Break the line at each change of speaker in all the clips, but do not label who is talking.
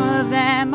time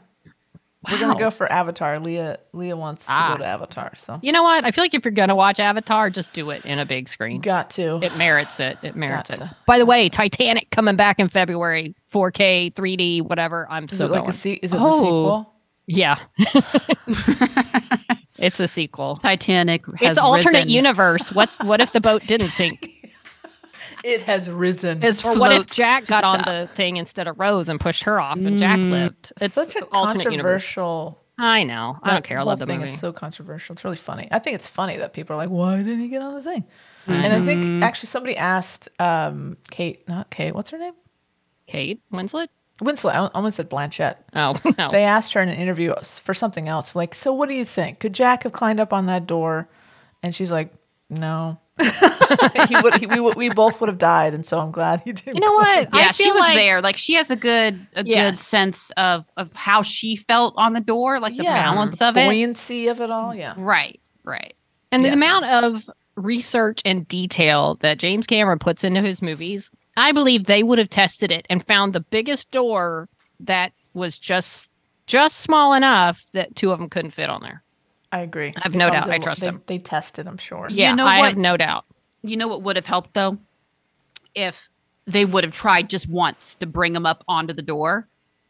we're gonna
Wow.
go for Avatar. Leah, Leah wants to
Ah.
go to Avatar, so
You know what? I feel like if you're gonna watch Avatar, just do it in a big
you
screen.
got to.
It merits it. It merits it.
Gotcha.
By the way, Titanic coming back in February, 4K, 3D, whatever. I'm
Is
so
it like
going.
a se- Is it
Oh.
the sequel?
yeah. it's a sequel.
Titanic has
it's alternate
risen.
universe. What what if the boat didn't sink?
It has risen.
His
Or what if
floats.
Jack got
Good
on
job.
the thing instead of Rose and pushed her off and Jack
Mm.
lived? It's
such a
alternate universe.
controversial.
I know. I
that
don't care. I
whole
love the
thing
movie.
is so controversial. It's really funny. I think it's funny that people are like, "Why didn't he get on the thing?"
I
And I
know.
think actually somebody asked um, Kate, not Kate, what's her name?
Kate Winslet.
Winslet. I almost said Blanchett.
Oh no.
They asked her in an interview for something else, like, "So what do you think? Could Jack have climbed up on that door?" And she's like, "No." he would, he, we, would- we both would have died, and so I'm glad he didn't.
you know what?
yeah,
I
she
feel
was
like-
there. Like she has a good a
Yeah.
good sense of of how she felt on the door, like the
Yeah.
balance of it.
Buoyancy of it all, yeah.
Right, right.
And
Yes.
the amount of research and detail that James Cameron puts into his movies, I believe they would have tested it and found the biggest door that was just just small enough that two of them couldn't fit on there.
I agree.
I have
They
no
probably
doubt.
did
I
a lo-
trust
they,
him.
They tested, I'm sure.
You
Yeah,
know
I
what?
have no doubt.
You know what would have helped though? If they would have tried just once to bring him up onto the door.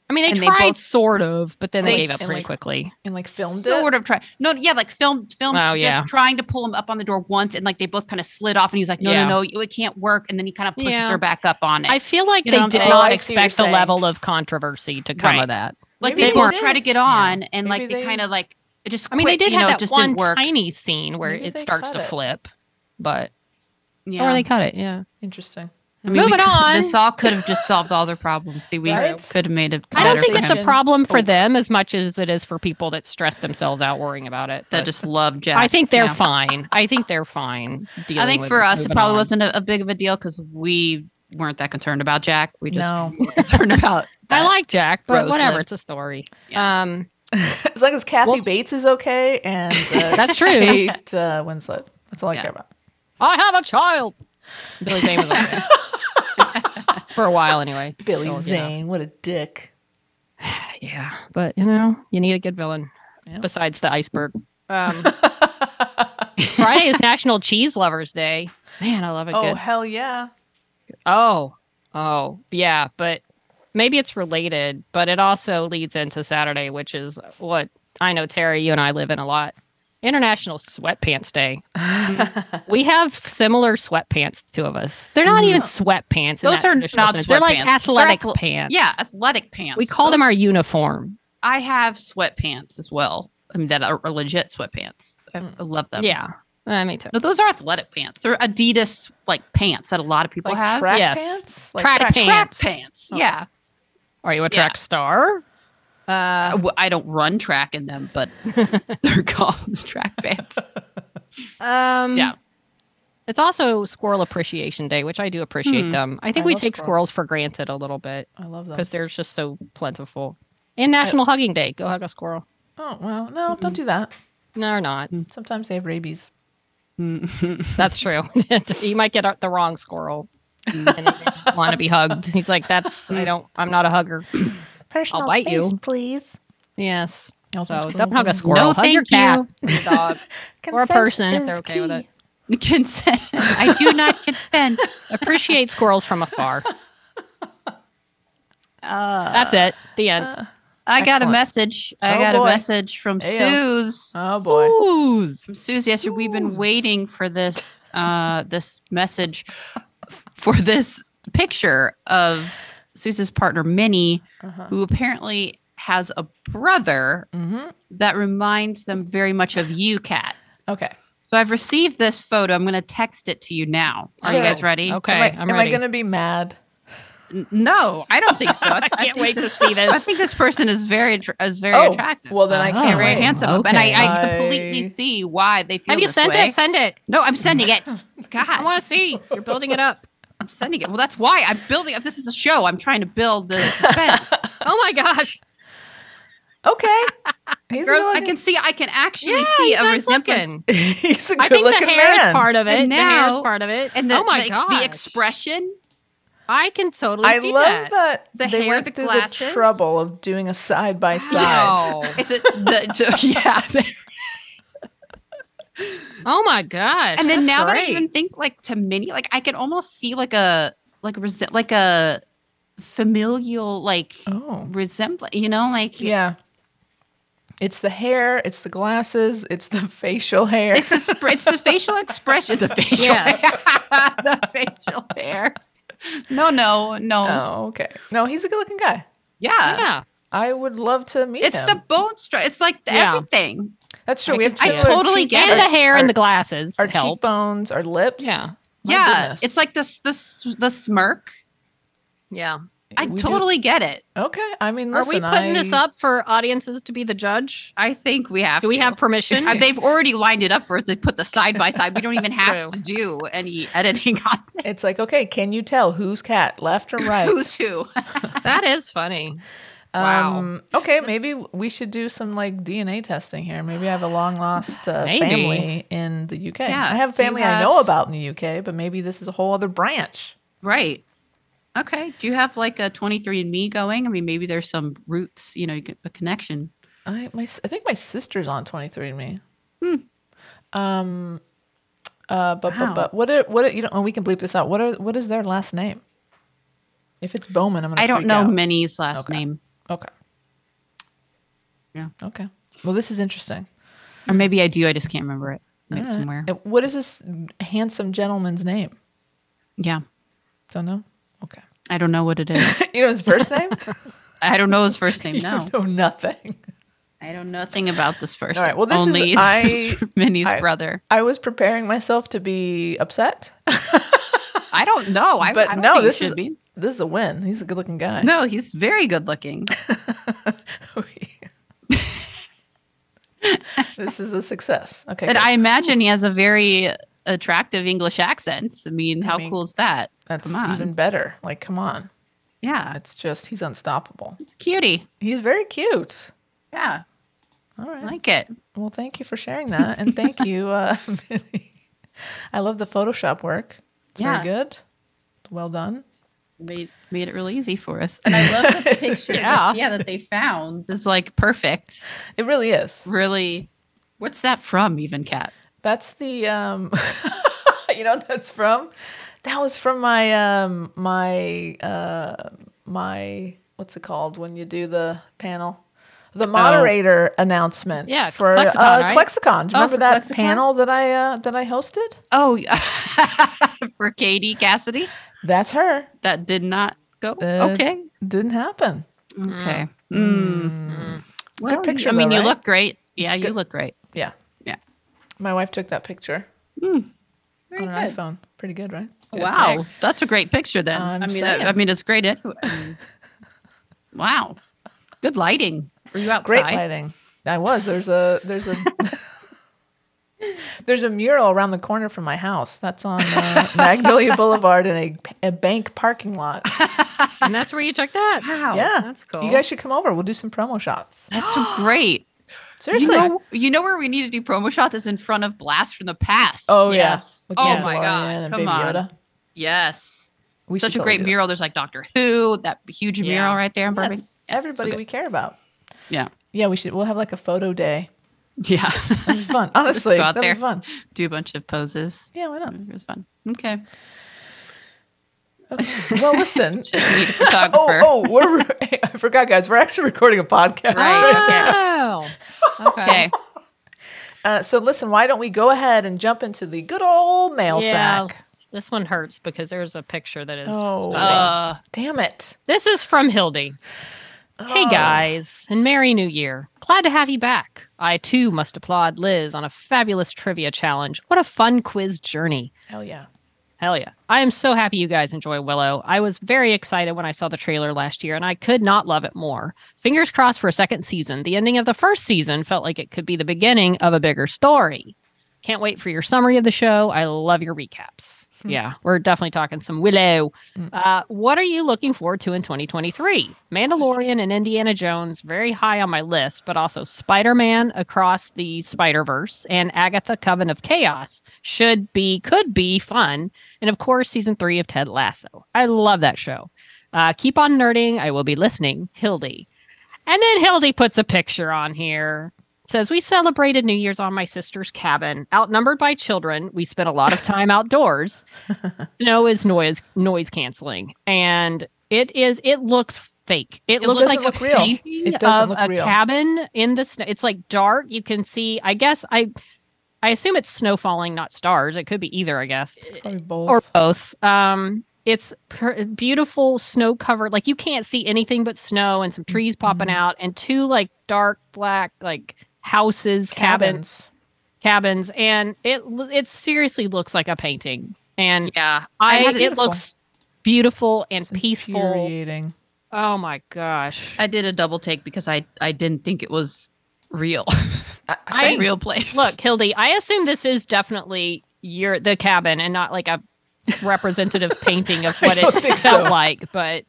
I mean, they
And they
tried
both-
sort of, but then they,
They-
gave up
and,
pretty
like,
quickly.
And like filmed
sort
it.
of tried. No, yeah, like filmed filmed
Oh,
just
yeah.
trying to pull him up on the door once and like they both kind of slid off and he was like, No,
Yeah.
no, no, you- it can't work. And then he kind of pushed
Yeah.
her back up on it.
I feel like
You know
they
what I'm
did
saying?
not
Oh, I see what you're
expect the
saying.
level of controversy to come
Right.
of that.
like
Maybe
they
they
both
did.
try to get on and like
Maybe
they,
they-
kind of like it just
I mean, they
quit,
did
you
have
know, it
that
just
one
didn't work.
tiny scene where
Maybe
it
they
starts
cut
to
it.
flip, but
yeah.
or they cut it. Yeah.
Interesting.
I mean, we
Moving
could-
on.
This all could have just solved all their problems. See, we
Right?
could have made it.
I don't
better
think
for
it's
him.
a problem for
Oh.
them as much as it is for people that stress themselves out worrying about it.
that
but
just love Jack.
I think they're
you know.
fine. I think they're fine.
I
dealing
think
with
for us, it
moving
probably
on.
wasn't a, a big of a deal because we weren't that concerned about Jack. We just
no.
were concerned about.
I
that.
like Jack, but
Rose
whatever.
lived.
It's a story.
Yeah.
Um,
As long as Kathy
Well-
Bates is okay and uh,
That's true.
Kate uh, Winslet. That's all I
Yeah.
care about.
I have a child. Billy Zane was like, for a while anyway.
Billy
So, you know.
Zane, what a dick.
Yeah, but you know, you need a good villain
Yeah.
besides the iceberg. Um, Friday is National Cheese Lovers Day. Man, I love a
Oh
good.
hell yeah.
Oh, oh, yeah, but maybe it's related, but it also leads into Saturday, which is what I know, Terry, you and I live in a lot. International Sweatpants Day. we have similar sweatpants, the two of us. They're not even sweatpants. in
Mm-hmm. Those
that
are
traditional
not
sense. They're like
sweatpants. They're
athletic
athle-
pants.
Yeah, athletic pants.
We call them
Those-
our uniform.
I have sweatpants as well. I mean, that are are legit sweatpants. I, I love them.
Mm. Yeah. I mean, too.
No, those are athletic pants. They're Adidas like pants that a lot of people
Like
have.
track
Yes.
pants?
Track pants.
Track pants.
Oh.
Yeah.
Are you a
Yeah.
track star?
I
Uh,
w- I don't run track in them, but they're called track pants.
um,
Yeah.
It's also Squirrel Appreciation Day, which I do appreciate
Hmm.
them. I think
I
we
love
take
squirrels.
squirrels for granted a little bit
I love them.
because they're just so plentiful. And National Hugging Day. Go hug a squirrel.
Oh well, no, don't do that.
No, or not.
Sometimes they have rabies.
That's true. you might get the wrong squirrel and want to be hugged. He's like, "That's I don't. I'm not a hugger."
Personal
bite
space,
you.
please.
Yes.
Also,
So
squirrel
don't hug a
please.
squirrel.
No,
hug your
thank
cat,
you.
your dog. or a
Consent
person if they're
is
okay with
key.
it.
Consent. I do not consent.
Appreciate squirrels from afar.
Uh,
That's it. The end.
I got a
Excellent.
message. I
Oh,
got
boy.
a message from
Ayo.
Suze.
Oh boy.
from um, Suze yesterday. We've been waiting for this uh this message for this picture of Suze's partner Minnie,
Uh-huh.
who apparently has a brother
Mm-hmm.
that reminds them very much of you, Kat.
Okay.
So I've received this photo. I'm going to text it to you now. Are you guys
Okay.
ready?
Okay,
am I,
I'm
am I
ready.
gonna be mad?
N- No, I don't think so. I,
I can't
think
wait to
this-
see
I
this.
think this person is very attr- is very
Oh,
attractive.
well, then I
Uh-huh.
can't
They're very
wait.
handsome, and I, I
Okay.
completely
I-
see why they feel.
Have you
this
sent
way.
it? Send it.
No, I'm sending it. God,
I want to see. You're building it up.
I'm sending it. Well, that's why I'm building. If this is a show, I'm trying to build the suspense.
Oh my gosh.
Okay. He's
Gross,
I
really-
can see. I can actually
Yeah,
see
he's
a
nice
resemblance.
looking.
He's a good
I think the
looking
hair is
man.
part of it.
And
the hair is
now-
part of it.
And the,
oh my
the, ex-
god.
the expression.
I can totally
I
see
love that,
that.
The
they
hair,
went
the
through the
glasses.
trouble of doing a side by side.
Wow.
It's a, the yeah.
oh my gosh.
and then
that's
now that I
great.
even think like to mini, like I can almost see like a like resent like a familial like
Oh.
resemblance. You know, like
Yeah. It's the hair, it's the glasses, it's the facial hair.
It's the sp- it's the facial expression. The facial
Yes.
hair. the facial hair. No, no, no.
oh, okay. No, he's a good looking guy.
Yeah.
yeah.
I would love to meet
It's
him.
the bone stru It's like the
Yeah.
everything.
That's true.
I
we have
can see
I
Yeah.
similar
totally
cheek-
get
And
it.
the hair and
Our-
the glasses
our
help.
cheekbones, our lips.
Yeah.
My
yeah.
goodness.
It's like this the the smirk.
Yeah.
I
We do-
totally get it.
okay. I mean,
Are
listen,
we putting
I-
this up for audiences to be the judge?
I think we have.
Do we
to.
have permission?
Uh, they've already lined it up for us. They put the side by side. We don't even
True.
have to do any editing on this.
It's like, okay, can you tell who's cat, left or right?
Who's who?
that is funny. Wow.
Um, okay, maybe we should do some like DNA testing here. Maybe I have a long lost uh,
Maybe.
family in the UK.
Yeah,
I have
do you
family I
have-
know about in the UK, but maybe this is a whole other branch.
Right. Okay. Do you have like a 23andMe going? I mean, maybe there's some roots, you know, you get a connection.
I my s- I think my sister's on 23andMe.
Hmm.
Um, uh, but
Wow.
but but what are, what are, you know? And we can bleep this out. What are what is their last name? If it's Bowman, I'm gonna.
I don't
freak
know
out.
Minnie's last
Okay.
name.
Okay.
Yeah.
Okay. Well, this is interesting.
Or maybe I do. I just can't remember it. Like
All right.
somewhere.
And What is this handsome gentleman's name?
Yeah.
Don't know. Okay.
I don't know what it is.
You know his first name?
I don't know his first name.
You
No,
know nothing.
I don't know nothing about this person.
right, well, this is-
Only
I-
Minnie's
I-
brother.
I was preparing myself to be upset,
I don't know. I,
but
I don't
no,
think he
this
should
is
be.
this is a win. He's a good-looking guy.
No, he's very good looking.
this is a success. Okay,
And
good.
I imagine he has a very attractive English accent. I mean, how
mean,
cool is that?
that's
come on.
even better. Like, come on,
Yeah.
it's just he's unstoppable.
It's cutie.
He's very cute.
Yeah.
All
I
right.
like it.
Well, thank you for sharing that, and thank you, uh, Millie. I love the Photoshop work. It's
Yeah.
very good. Well done.
made made it really easy for us. And I love the picture.
Yeah.
yeah. That, yeah, that they found is like perfect.
It really is.
Really, what's that from? Even cat.
That's the um you know what that's from that was from my um my uh my what's it called when you do the panel
Oh.
the moderator announcement
Yeah,
for
Klexicon,
uh,
right?
Klexicon. Do you
Oh,
remember
for
that
Klexicon?
panel that I uh, that I hosted?
Oh, yeah. for Katie Cassidy,
That's her.
that did not go
That-
okay.
Didn't happen.
Okay. Mm. Well, you-
picture,
I mean,
though,
you
right?
look great. Yeah, you
Good.
look great.
Yeah,
Yeah.
my wife took that picture on her
good.
iPhone. Pretty good, right?
Wow, that's a great picture. Then
I'm
I mean, that- I
saying.
mean, it's great. Ed- I mean, wow, good lighting. Were you outside?
Great lighting. I was. There's a there's a there's a mural around the corner from my house. That's on uh, Magnolia Boulevard in a, a bank parking lot.
and that's where you took that.
Oh,
Wow,
yeah,
that's cool.
You guys should come over. We'll do some promo shots.
That's so great. You
Seriously.
know, you know where we need to do promo shots is in front of Blast from the Past.
oh
Yes.
yeah. With
Oh,
Mandalorian
my God.
and
Come
Baby
on.
Yoda.
yes.
We
Such
should
a
totally
great
do it.
mural. There's like Doctor Who, that huge
Yeah.
mural right there in
That's
Birmingham.
everybody we care about.
Yeah.
Yeah, we should. We'll have like a photo day.
Yeah.
That'd be fun. Honestly,
go out
that'd be
there.
fun.
do a bunch of poses.
Yeah, why not?
It was fun. Okay.
Well, listen.
Just need a
oh,
photographer.
oh, we're. I forgot, guys. We're actually recording a podcast.
Right.
Oh,
Okay.
Uh, so listen, why don't we go ahead and jump into the good old mail
yeah.
sack?
This one hurts because there's a picture that is.
Oh.
stunning.
Uh,
Damn it!
This is from Hildy. Hey guys, and Merry New Year. Glad to have you back. I too must applaud Liz on a fabulous trivia challenge. What a fun quiz journey.
Hell yeah!
Hell yeah. I am so happy you guys enjoy Willow. I was very excited when I saw the trailer last year, and I could not love it more. Fingers crossed for a second season. The ending of the first season felt like it could be the beginning of a bigger story. Can't wait for your summary of the show. I love your recaps. Yeah, we're definitely talking some Willow. Uh, what are you looking forward to in 2023? Mandalorian and Indiana Jones, very high on my list, but also Spider Man across the Spider Verse and Agatha Coven of Chaos should be, could be fun. And of course, season three of Ted Lasso. I love that show. Uh, keep on nerding. I will be listening. Hildy. And then Hildy puts a picture on here. It says, We celebrated New Year's on my sister's cabin. Outnumbered by children, we spent a lot of time outdoors. Snow is noise noise canceling. And it is, it looks fake. It,
It
looks
doesn't
like
look
a
real.
painting
It doesn't
of
look
a
real.
cabin in the snow. It's like dark. You can see, I guess, I. I assume it's snow falling, not stars. It could be either, I guess
Probably both.
or both. Um, it's per- beautiful snow covered. Like you can't see anything but snow and some trees popping out, and two like dark black like houses, cabins, cabins, and it l- it seriously looks like a painting. And
Yeah,
I,
had
it looks beautiful and
It's
peaceful.
infuriating.
Oh my gosh!
I did a double take because I I didn't think it was real.
I,
I
I-
real place.
Look, Hildy, I assume this is definitely your the cabin and not like a representative painting of what
don't
it
think
felt
so.
like. But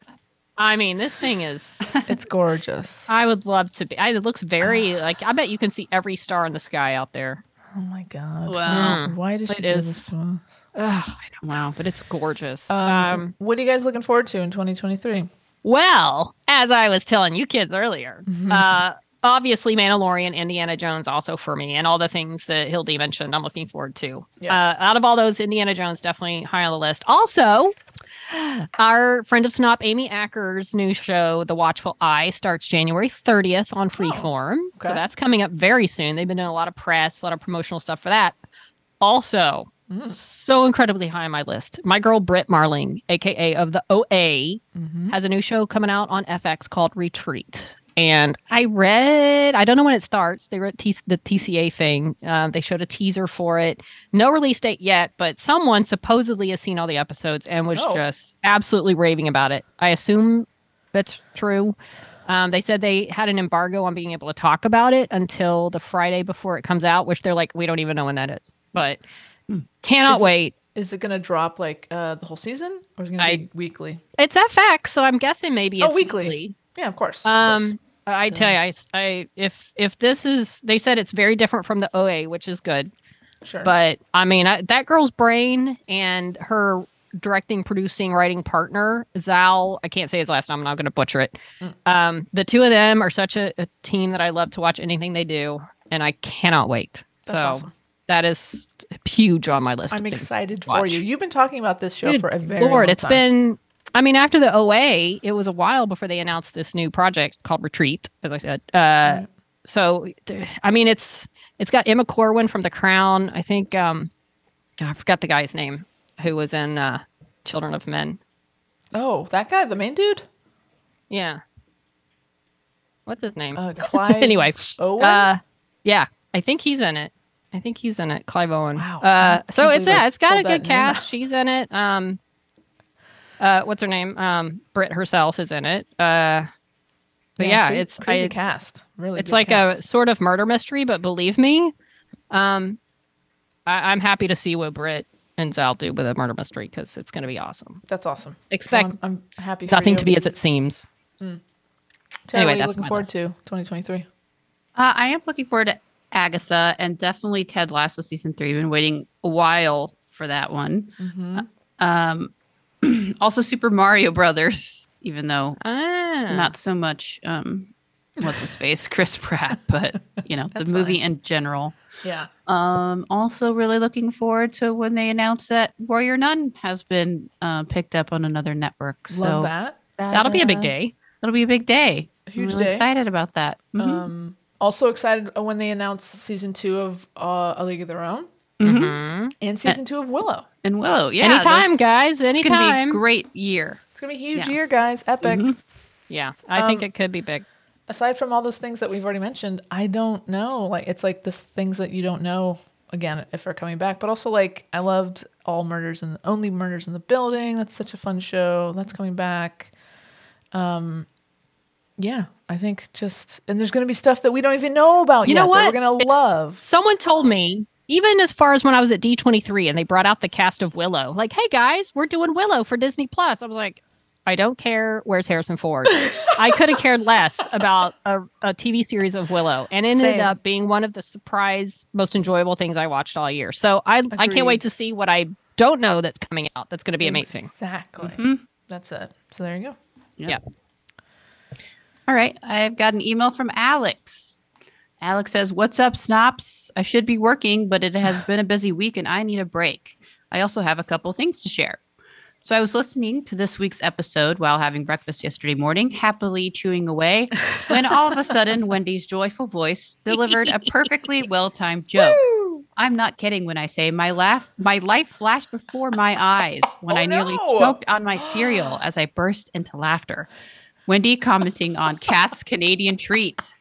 I mean, this thing is
it's gorgeous.
I would love to be. I, it looks very like I bet you can see every star in the sky out there.
oh my god!
Wow.
Mm. Why does
It
she do
is-
this to us?
Ugh, I
wow.
know, but it's gorgeous.
Um,
Um,
what are you guys looking forward to in 2023?
well, as I was telling you kids earlier,
Mm-hmm.
uh, obviously Mandalorian, Indiana Jones, also for me, and all the things that Hildy mentioned, I'm looking forward to.
Yeah.
Uh, out of all those, Indiana Jones definitely high on the list. Also, our friend of Snop, Amy Acker's new show, The Watchful Eye, starts January 30th on Freeform. So
Oh, okay.
that's coming up very soon. They've been doing a lot of press, a lot of promotional stuff for that. Also,
Mm.
so incredibly high on my list. My girl Britt Marling, aka of the OA,
Mm-hmm.
has a new show coming out on FX called Retreat. And I read, I don't know when it starts. They wrote T- the TCA thing. Um, they showed a teaser for it. No release date yet, but someone supposedly has seen all the episodes and was
Oh.
just absolutely raving about it. I assume that's true. Um, they said they had an embargo on being able to talk about it until the Friday before it comes out, which they're like, we don't even know when that is, but cannot
Hmm. Is it-
wait.
Is it gonna drop like uh, the whole season, or is it gonna
I-
be weekly?
It's FX, so I'm guessing maybe
Oh,
it's
weekly.
weekly.
Yeah, of course. of
Um, I tell you, I, I if if this is, they said it's very different from the OA, which is good.
course. sure.
But I mean, I, that girl's brain and her directing, producing, writing partner, Zal. I can't say his last name. I'm not going to butcher it.
Mm.
Um, the two of them are such a, a team that I love to watch anything they do, and I cannot wait. so
awesome.
that is huge on my list. of
I'm
things to
excited for
watch.
you. You've been talking about this show
Good
for a very
Lord,
long
it's
time.
been. I mean, after the OA, it was a while before they announced this new project called Retreat, as I said. Uh, So, th- I mean, it's it's got Emma Corwin from The Crown. I think um, I forgot the guy's name who was in uh, Children of Men.
Oh, that guy, the main dude,
Yeah, what's his name?
uh, Clive.
anyway,
Owen.
uh, yeah, I think he's in it. I think he's in it, Clive Owen.
Wow,
Uh,
I
so
can't
it's
believe I
yeah, it's got a
pulled that
good
name
cast.
out.
She's in it. Um, uh, what's her name? Um, Britt herself is in it. Uh, but yeah,
cra-
it's
crazy
I-
cast. Really,
it's
good
like a
cast.
sort of murder mystery. But believe me, um, I, I'm happy to see what Britt and Zal do with a murder mystery because it's going to be awesome.
That's awesome.
Expect
Well, I'm, I'm happy.
nothing
for
to
you.
be as it seems.
Tara,
anyway,
what are you
that's
looking
my
forward
list.
to 2023.
Uh, I am looking forward to Agatha and definitely Ted Lasso season three. Been waiting a while for that one.
Mm-hmm.
Um, also Super Mario Brothers, even though
Ah,
not so much um, what's his face Chris Pratt, but you know the
That's
movie
fine.
in general.
Yeah.
Um, also, really looking forward to when they announce that Warrior Nun has been uh, picked up on another network. So
Love that.
that'll be a big
uh,
day.
That'll be a big day. I'm
Huge
really
day.
Excited about that. Mhm.
mm-hmm.
Um, also excited uh, when they announced season two of uh, A League of Their Own
Mhm.
and season two of Willow.
and Willow, yeah,
anytime,
that's-
guys.
It's gonna
Anytime.
be a great year.
It's gonna be a huge
Yeah.
year, guys. Epic.
Mm-hmm. Yeah, I think it could be big.
Aside from all those things that we've already mentioned, I don't know. Like it's like the things that you don't know again if they're coming back. But also like I loved All Murders and Only Murders in the Building. That's such a fun show. That's coming back. Um, yeah, I think just and there's gonna be stuff that we don't even know about
You
yet
know
that
what?
we're gonna
It's-
love.
Someone told me, even as far as when I was at D23 and they brought out the cast of Willow, like, hey guys, we're doing Willow for Disney Plus. I was like, I don't care. Where's Harrison Ford? I could have cared less about a, a TV series of Willow and it ended
Same.
up being one of the surprise, most enjoyable things I watched all year. So I, I
Agreed.
can't wait to see what I don't know that's coming out. That's going to be amazing. Mm-hmm.
Exactly. That's it. So there you go.
Yeah.
All right. I've got an email from Alex. Alex says, What's up, Snops? I should be working, but it has been a busy week and I need a break. I also have a couple things to share. So I was listening to this week's episode while having breakfast yesterday morning, happily chewing away, when all of a sudden Wendy's joyful voice delivered a perfectly well-timed joke. I'm not kidding when I say my laugh my life flashed before my eyes when
Oh,
I nearly
no.
choked on my cereal as I burst into laughter. Wendy commenting on Cat's Canadian treat.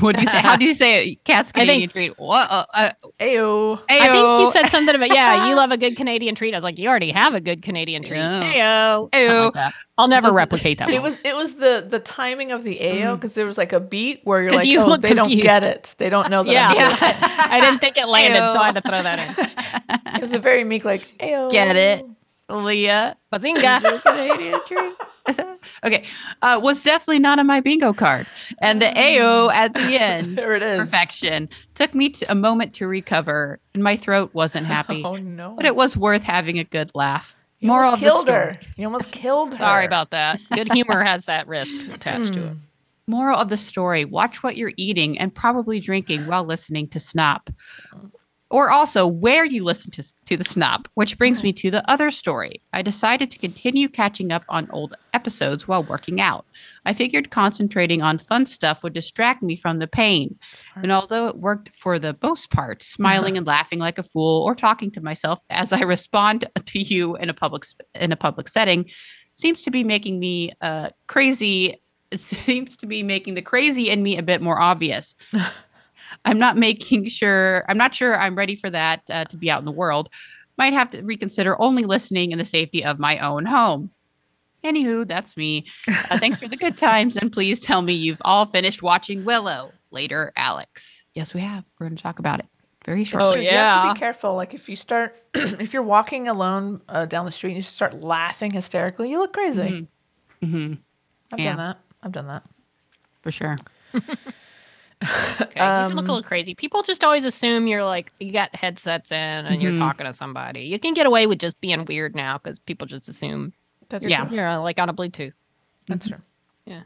What do you say? How do you say it? Cat's
I
Canadian
think-
treat? What? Uh, uh,
Ayo.
I think
ayo.
he said something about, yeah, you love a good Canadian treat. I was like, you already have a good Canadian treat. Heyo. Something like that. I'll never
Was it-
replicate that.
It
one.
was it was the the timing of the AO because there was like a beat where you're
'Cause
like,
Mm. you
oh,
look
they don't get
confused.
it. They don't know that.
Yeah.
I'm doing
I didn't think it landed, so I had to throw that in.
it. It was a very meek like AO.
Get it, Leah.
Bazinga.
Canadian treat. okay, uh, was definitely not on my bingo card, and the AO at the end.
Mm. There it is.
Perfection took me to a moment to recover, and my throat wasn't happy.
Oh no.
but it was worth having a good laugh.
you
Moral of
almost
the
killed
story.
her. You almost killed her.
Sorry about that. Good humor has that risk attached to it.
Moral of the story: Watch what you're eating and probably drinking while listening to Snop, or also where you listen to to the Snop. Which brings me to the other story. I decided to continue catching up on old episodes while working out. I figured concentrating on fun stuff would distract me from the pain. And although it worked for the most part, smiling and laughing like a fool or talking to myself as I respond to you in a public sp- in a public setting seems to be making me uh, crazy. It seems to be making the crazy in me a bit more obvious. I'm not making sure. I'm not sure I'm ready for that uh, to be out in the world. Might have to reconsider only listening in the safety of my own home. Anywho, that's me. Uh, thanks for the good times, and please tell me you've all finished watching Willow. Later, Alex. Yes, we have. We're going to talk about it very
Oh,
shortly.
You have to
yeah.
be careful. Like if you start, if you're walking alone uh, down the street and you start laughing hysterically, you look crazy. I've
Mm-hmm. Yeah.
done that. I've done that.
for sure.
Okay, you can look a little crazy. People just always assume you're like you got headsets in and you're
Mhm.
talking to somebody. You can get away with just being weird now because people just assume
That's
you're, yeah. you're uh, like on a Bluetooth.
That's
Mm-hmm.
true.
Yeah.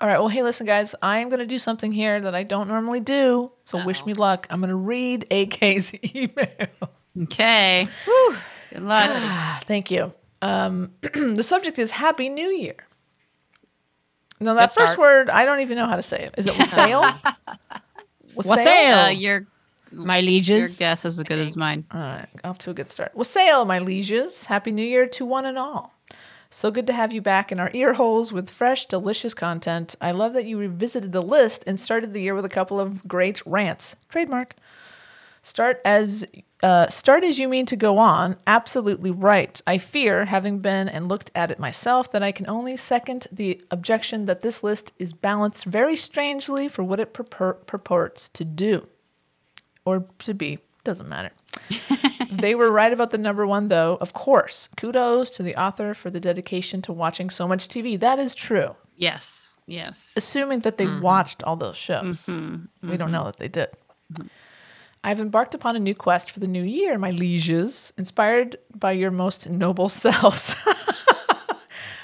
All right. Well, hey, listen, guys. I am going to do something here that I don't normally do. So wish
Uh-oh.
me luck. I'm going to read AK's email.
Okay. Good luck.
Ah, Thank you. Um, the subject is Happy New Year. Now, that
Good
first
start.
word, I don't even know how to say it. Is it wassail?
Wassail.
Uh, your
My
your
lieges.
guess is as good as mine.
All right, uh, off to a good start. Wassail, my lieges. Happy New Year to one and all. So good to have you back in our ear holes with fresh, delicious content. I love that you revisited the list and started the year with a couple of great rants. Trademark. Start as uh, start as you mean to go on. Absolutely right. I fear, having been and looked at it myself, that I can only second the objection that this list is balanced very strangely for what it purpor- purports to do, or to be. Doesn't matter. they were right about the number one, though. Of course, kudos to the author for the dedication to watching so much TV. That is true.
Yes. Yes.
Assuming that they watched all those shows, we don't know that they did. I've embarked upon a new quest for the new year, my lieges, inspired by your most noble selves.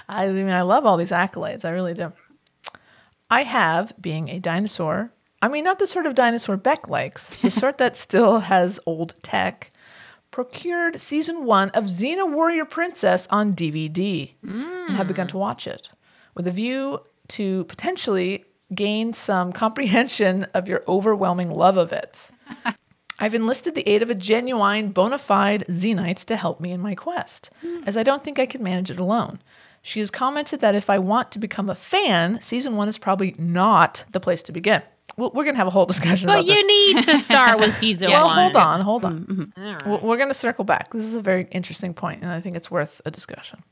I mean, I love all these accolades. I really do. I have, being a dinosaur, I mean, not the sort of dinosaur Beck likes, the sort that still has old tech, procured season one of Xena Warrior Princess on DVD and have begun to watch it with a view to potentially gain some comprehension of your overwhelming love of it. I've enlisted the aid of a genuine, bona fide Xenite to help me in my quest,
Hmm.
as I don't think I can manage it alone. She has commented that if I want to become a fan, season one is probably not the place to begin. Well, we're going to have a whole discussion
But
about this.
you need to start with season
Well,
one.
hold on, hold on.
All right.
Well, We're going to circle back. This is a very interesting point, and I think it's worth a discussion.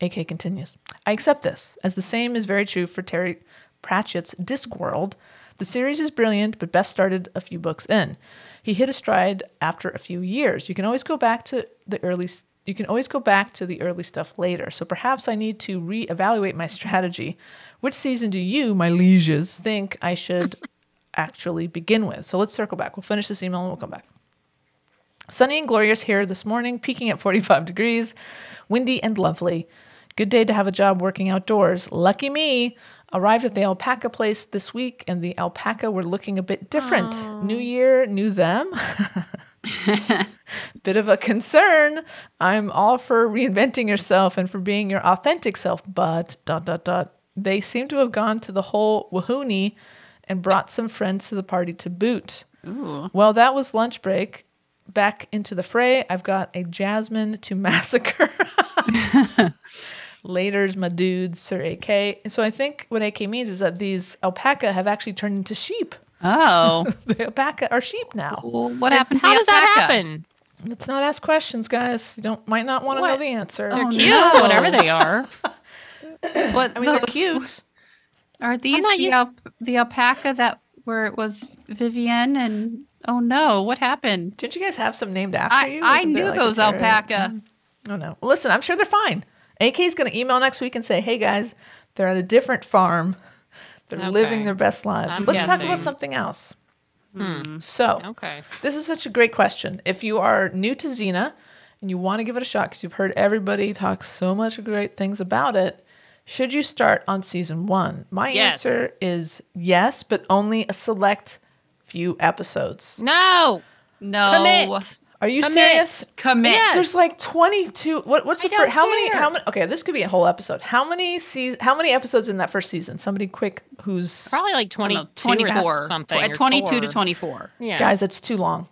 AK continues I accept this, as the same is very true for Terry Pratchett's Discworld. The series is brilliant, but best started a few books in. He hit a stride after a few years. You can always go back to the early. s- You can always go back to the early stuff later. So perhaps I need to reevaluate my strategy. Which season do you, my lieges, think I should actually begin with? So let's circle back. We'll finish this email and we'll come back. Sunny and glorious here this morning, peaking at 45 degrees, windy and lovely. Good day to have a job working outdoors. Lucky me. Arrived at the alpaca place this week, and the alpaca were looking a bit different. New year, new them. Bit of a concern. I'm all for reinventing yourself and for being your authentic self, but dot dot dot. They seem to have gone to the whole Wahooney and brought some friends to the party to boot.
Ooh.
Well, that was lunch break. Back into the fray. I've got a Jasmine to massacre. Later's my dudes, Sir AK. And so I think what AK means is that these alpaca have actually turned into sheep.
Oh.
The alpaca are sheep now.
Well, what happened? to
How
the
does that
alpaca?
happen?
Let's not ask questions, guys. You don't might not want to know
What?
the answer.
Oh,
Cute,
no.
whatever they are.
What,
I mean, they're
the-
cute.
Are these
not
the,
used-
alp the alpaca that where it was Vivienne and oh no, what happened?
Didn't you guys have some named after
I,
you?
I
Wasn't there,
knew
like, a
those
parrot?
alpaca.
Mm-hmm.
Oh no. Well, listen, I'm sure they're fine. AK's going to email next week and say, hey guys, they're at a different farm. They're
Okay.
living their best lives.
I'm
Let's talk about
guessing. Hmm.
something else. So,
Okay.
this is such a great question. If you are new to Xena and you want to give it a shot because you've heard everybody talk so much great things about it, should you start on season one? My
Yes.
answer is yes, but only a select few episodes.
No.
No.
Commit.
Are you
Commit.
serious?
Commit.
Yes.
There's like 22. What, what's the
I
first?
don't
How many?
care.
How many? Okay, this could be a whole episode. How many seas? How many episodes in that first season? Somebody quick, who's
Probably like
I
20,
don't know, 24
something.
At
or
22
four.
to 24.
Yeah.
guys? That's too long.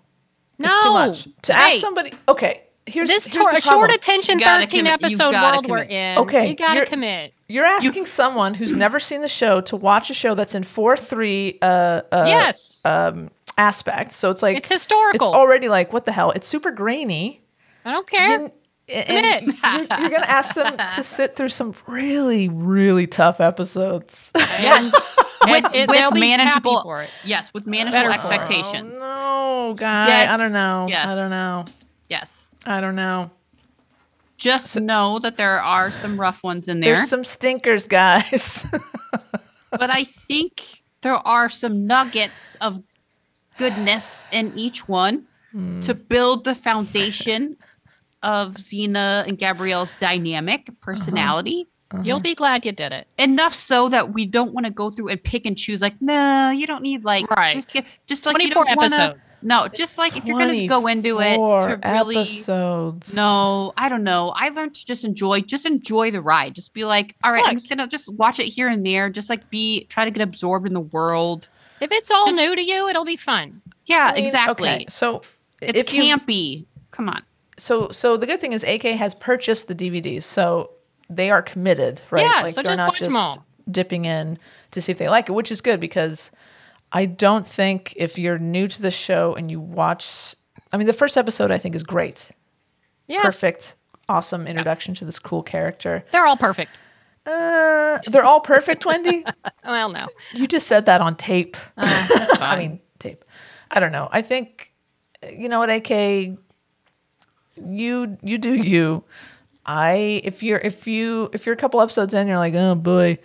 no.
It's too much to
Hey,
ask somebody. Okay, here's
This
here's
tor-
the
short
problem.
attention
You gotta
13
commit. You
episode
gotta
world we're
commit.
in.
Okay,
You got
you're-
to commit.
You're asking someone who's never seen the show to watch a show that's in four three uh, uh
yes.
um aspect. So it's like
it's historical.
It's already like what the hell? It's super grainy.
I don't care.
And, and
Commit.
you're, you're gonna ask them to sit through some really really tough episodes.
Yes.
And it-
with
they'll
with
be happy
manageable
for it.
Yes, with manageable
Better for it.
expectations.
Oh no, guy! I
Yes.
don't know.
Yes.
I don't know.
Yes.
I don't know.
Just know that there are some rough ones in there.
There's some stinkers, guys.
but I think there are some nuggets of goodness in each one
Hmm.
to build the foundation of Xena and Gabrielle's dynamic
Uh-huh.
personality.
Uh-huh.
You'll be glad you did it.
Enough so that we don't want to go through and pick and choose. Like, no, you don't need like
Right.
Just, get, just like you
24
don't want to.
episodes.
No, just like if you're going to go into it
24
to really.
episodes.
No, I don't know. I learned to just enjoy, just enjoy the ride. Just be like, all right, I'm
Look.
just gonna just watch it here and there. Just like be try to get absorbed in the world.
If it's all
Just-
new to you, it'll be fun.
Yeah,
I mean,
exactly.
Okay, so
It's
if you
campy. Come on.
so so the good thing is AK has purchased the DVDs, so they are committed, right?
Yeah, so just watch 'em all.
dipping in to see if they like it, which is good because I don't think if you're new to the show and you watch, I mean, the first episode I think is great,
Yes.
perfect, awesome introduction to this cool character.
They're all perfect.
Uh, they're all perfect, Wendy.
Well, no.
You just said that on tape.
Uh,
I mean, tape. I don't know. I think you know what, AK. You you do you. I if you're if you if you're a couple episodes in, you're like, oh boy.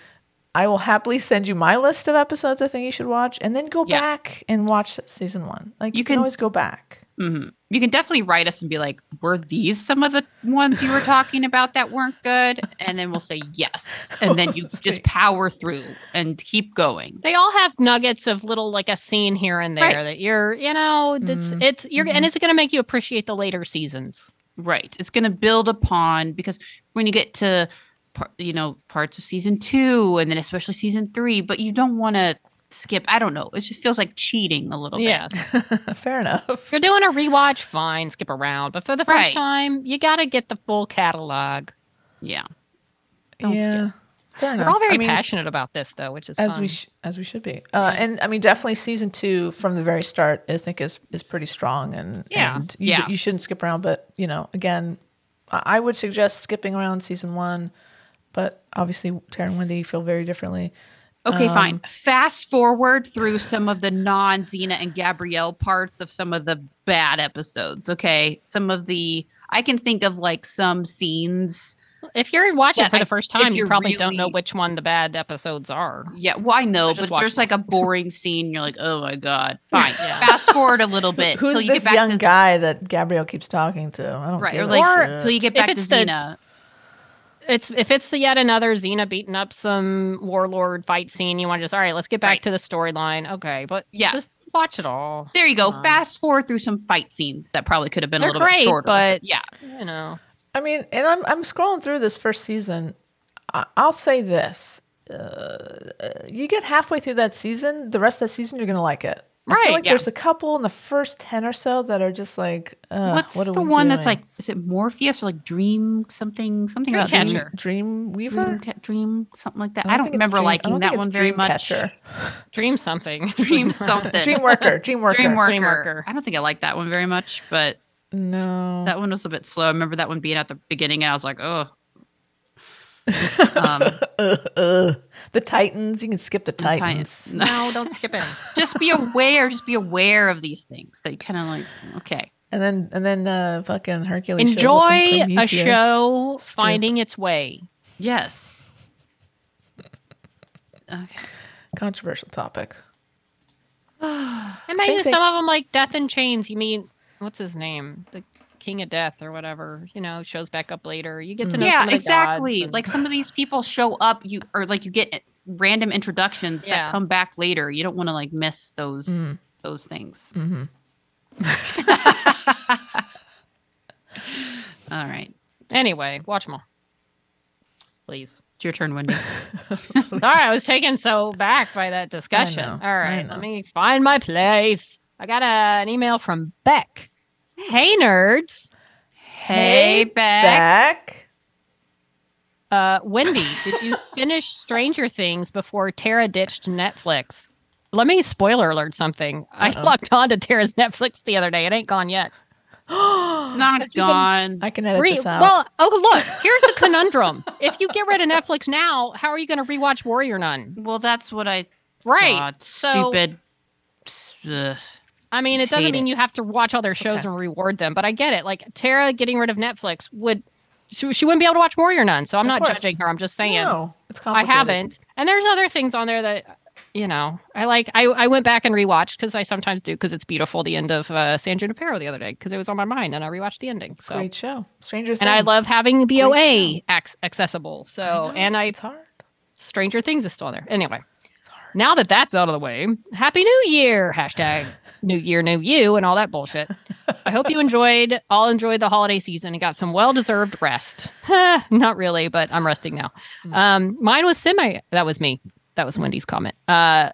I will happily send you my list of episodes I think you should watch, and then go
Yeah.
back and watch season one. Like you,
You
can,
can-
always go back.
You can definitely write us and be like, were these some of the ones you were talking about that weren't good? And then we'll say yes. And then you just power through and keep going.
They all have nuggets of little like a scene here and there
Right.
that you're, you know, that's
Mm-hmm.
it's you're and it's going to make you appreciate the later seasons.
Right. It's going to build upon because when you get to, par- you know, parts of season two and then especially season three, but you don't want to skip. I don't know. It just feels like cheating a little
Yes.
bit.
Fair enough.
If you're doing a rewatch, fine, skip around. But for the first
Right.
time, you got to get the full catalog.
Yeah.
Don't skip.
yeah, fair enough.
We're all very
I mean,
passionate about this, though, which is
as
Um,
fun.
we sh- as we should be. Uh, and I mean, definitely season two from the very start, I think is is pretty strong. And
Yeah,
and you, d-
yeah.
you shouldn't skip around. But you know, again, I, I would suggest skipping around season one. But obviously, Tara and Wendy feel very differently.
Okay,
Um,
fine. Fast forward through some of the non Xena and Gabrielle parts of some of the bad episodes. Okay. Some of the, I can think of like some scenes.
if you're watching
Yeah,
it for
I-
the first
if
time, you
you're
probably don't know
really-
which one the bad episodes are.
Yeah. Well, I know,
I just
but there's
watched
like a boring scene. You're like, oh my God. Fine.
Yeah.
Fast forward a little bit till
Who's
you get
this
back
young
to
guy that Gabrielle keeps talking to? I don't
Right.
give
Or
a
like,
shit.
till you get
If
back to
it's the-
Xena.
It's if it's the yet another Xena beating up some warlord fight scene, you want to just all right, let's get back
Right.
to the storyline. Okay, but
Yeah.
just watch it all.
There you go.
Um,
Fast forward through some fight scenes that probably could have been a
They're
little bit
great,
shorter.
but-
yeah.
You know,
I mean, and I'm I'm scrolling through this first season. I, I'll say this: uh, you get halfway through that season, the rest of that season, you're gonna like it. I
Right,
feel like
yeah.
there's a couple in the first ten or so that are just like, Ugh,
What's
what are
the
we
one that's
doing?
like, is it Morpheus or like Dream something, something about
Dreamcatcher.
nature?
Dream Weaver?
Dream, ca- dream something like that. I don't,
think it's
remember
Dream- I
liking
don't think
that
it's
one very much.
Dreamcatcher.
dream something.
Dream something.
Dream Worker. Dream Worker.
Dream worker.
Dreamworker.
I don't think I liked that one very much, but
No.
that one was a bit slow. I remember that one being at the beginning, and I was like, oh. um,
the Titans. You can skip the Titans.
Titans.
no, don't skip it.
just be aware. Just be aware of these things that you kind of like. Okay,
And then and then uh, fucking Hercules. shows up in
Enjoy a
Prometheus.
show finding its way.
yes. Okay.
Controversial topic.
I imagine
Things like-
some of them like Death in Chains. You mean what's his name, the King of Death or whatever? You know, shows back up later. You get to know. some
Mm-hmm.
Yeah,
of the gods
exactly.
and-
Like some of these people show up, you or like you get random introductions
Yeah. Mm-hmm.
that come back later. You don't want to like miss those those things. All right,
anyway, watch them all, please.
it's your turn, Wendy.
Sorry, I was taken so back by that discussion.
know,
All
I
right,
know.
let me find my place. I got a, an email from Beck. Hey, nerds.
hey, Beck.
Back.
Uh, Wendy, did you finish Stranger Things before Tara ditched Netflix? Let me spoiler alert something. I logged on to Tara's Netflix the other day. It ain't gone yet.
It's not
you can-
gone.
I can edit
Re-
this out.
well, oh look, here's the conundrum. if you get rid of Netflix now, how are you going to rewatch Warrior Nun?
well, that's what I
Right.
thought.
so
Stupid. S- ugh.
I mean, it doesn't
Hate
mean
it.
you have to watch all their shows
Okay.
and reward them, but I get it. Like Tara getting rid of Netflix would, she, she wouldn't be able to watch Warrior Nun. So I'm
Of
not
course.
judging her. I'm just saying
no, it's
I
complicated.
haven't. And there's other things on there that you know, I like I, I went back and rewatched because I sometimes do because it's beautiful. The end of uh, San Junipero the other day because it was on my mind and I rewatched the ending. So
Great show. Stranger Things.
and I love having the
Great
OA ac- accessible. So
know,
and I
It's hard.
Stranger Things is still there. Anyway,
It's hard.
now that that's out of the way, Happy New Year hashtag New Year New You and all that bullshit. I hope you enjoyed all enjoyed the holiday season and got some well deserved rest. Not really, but I'm resting now. Um, mine was semi. That was me. That was Wendy's comment. Uh,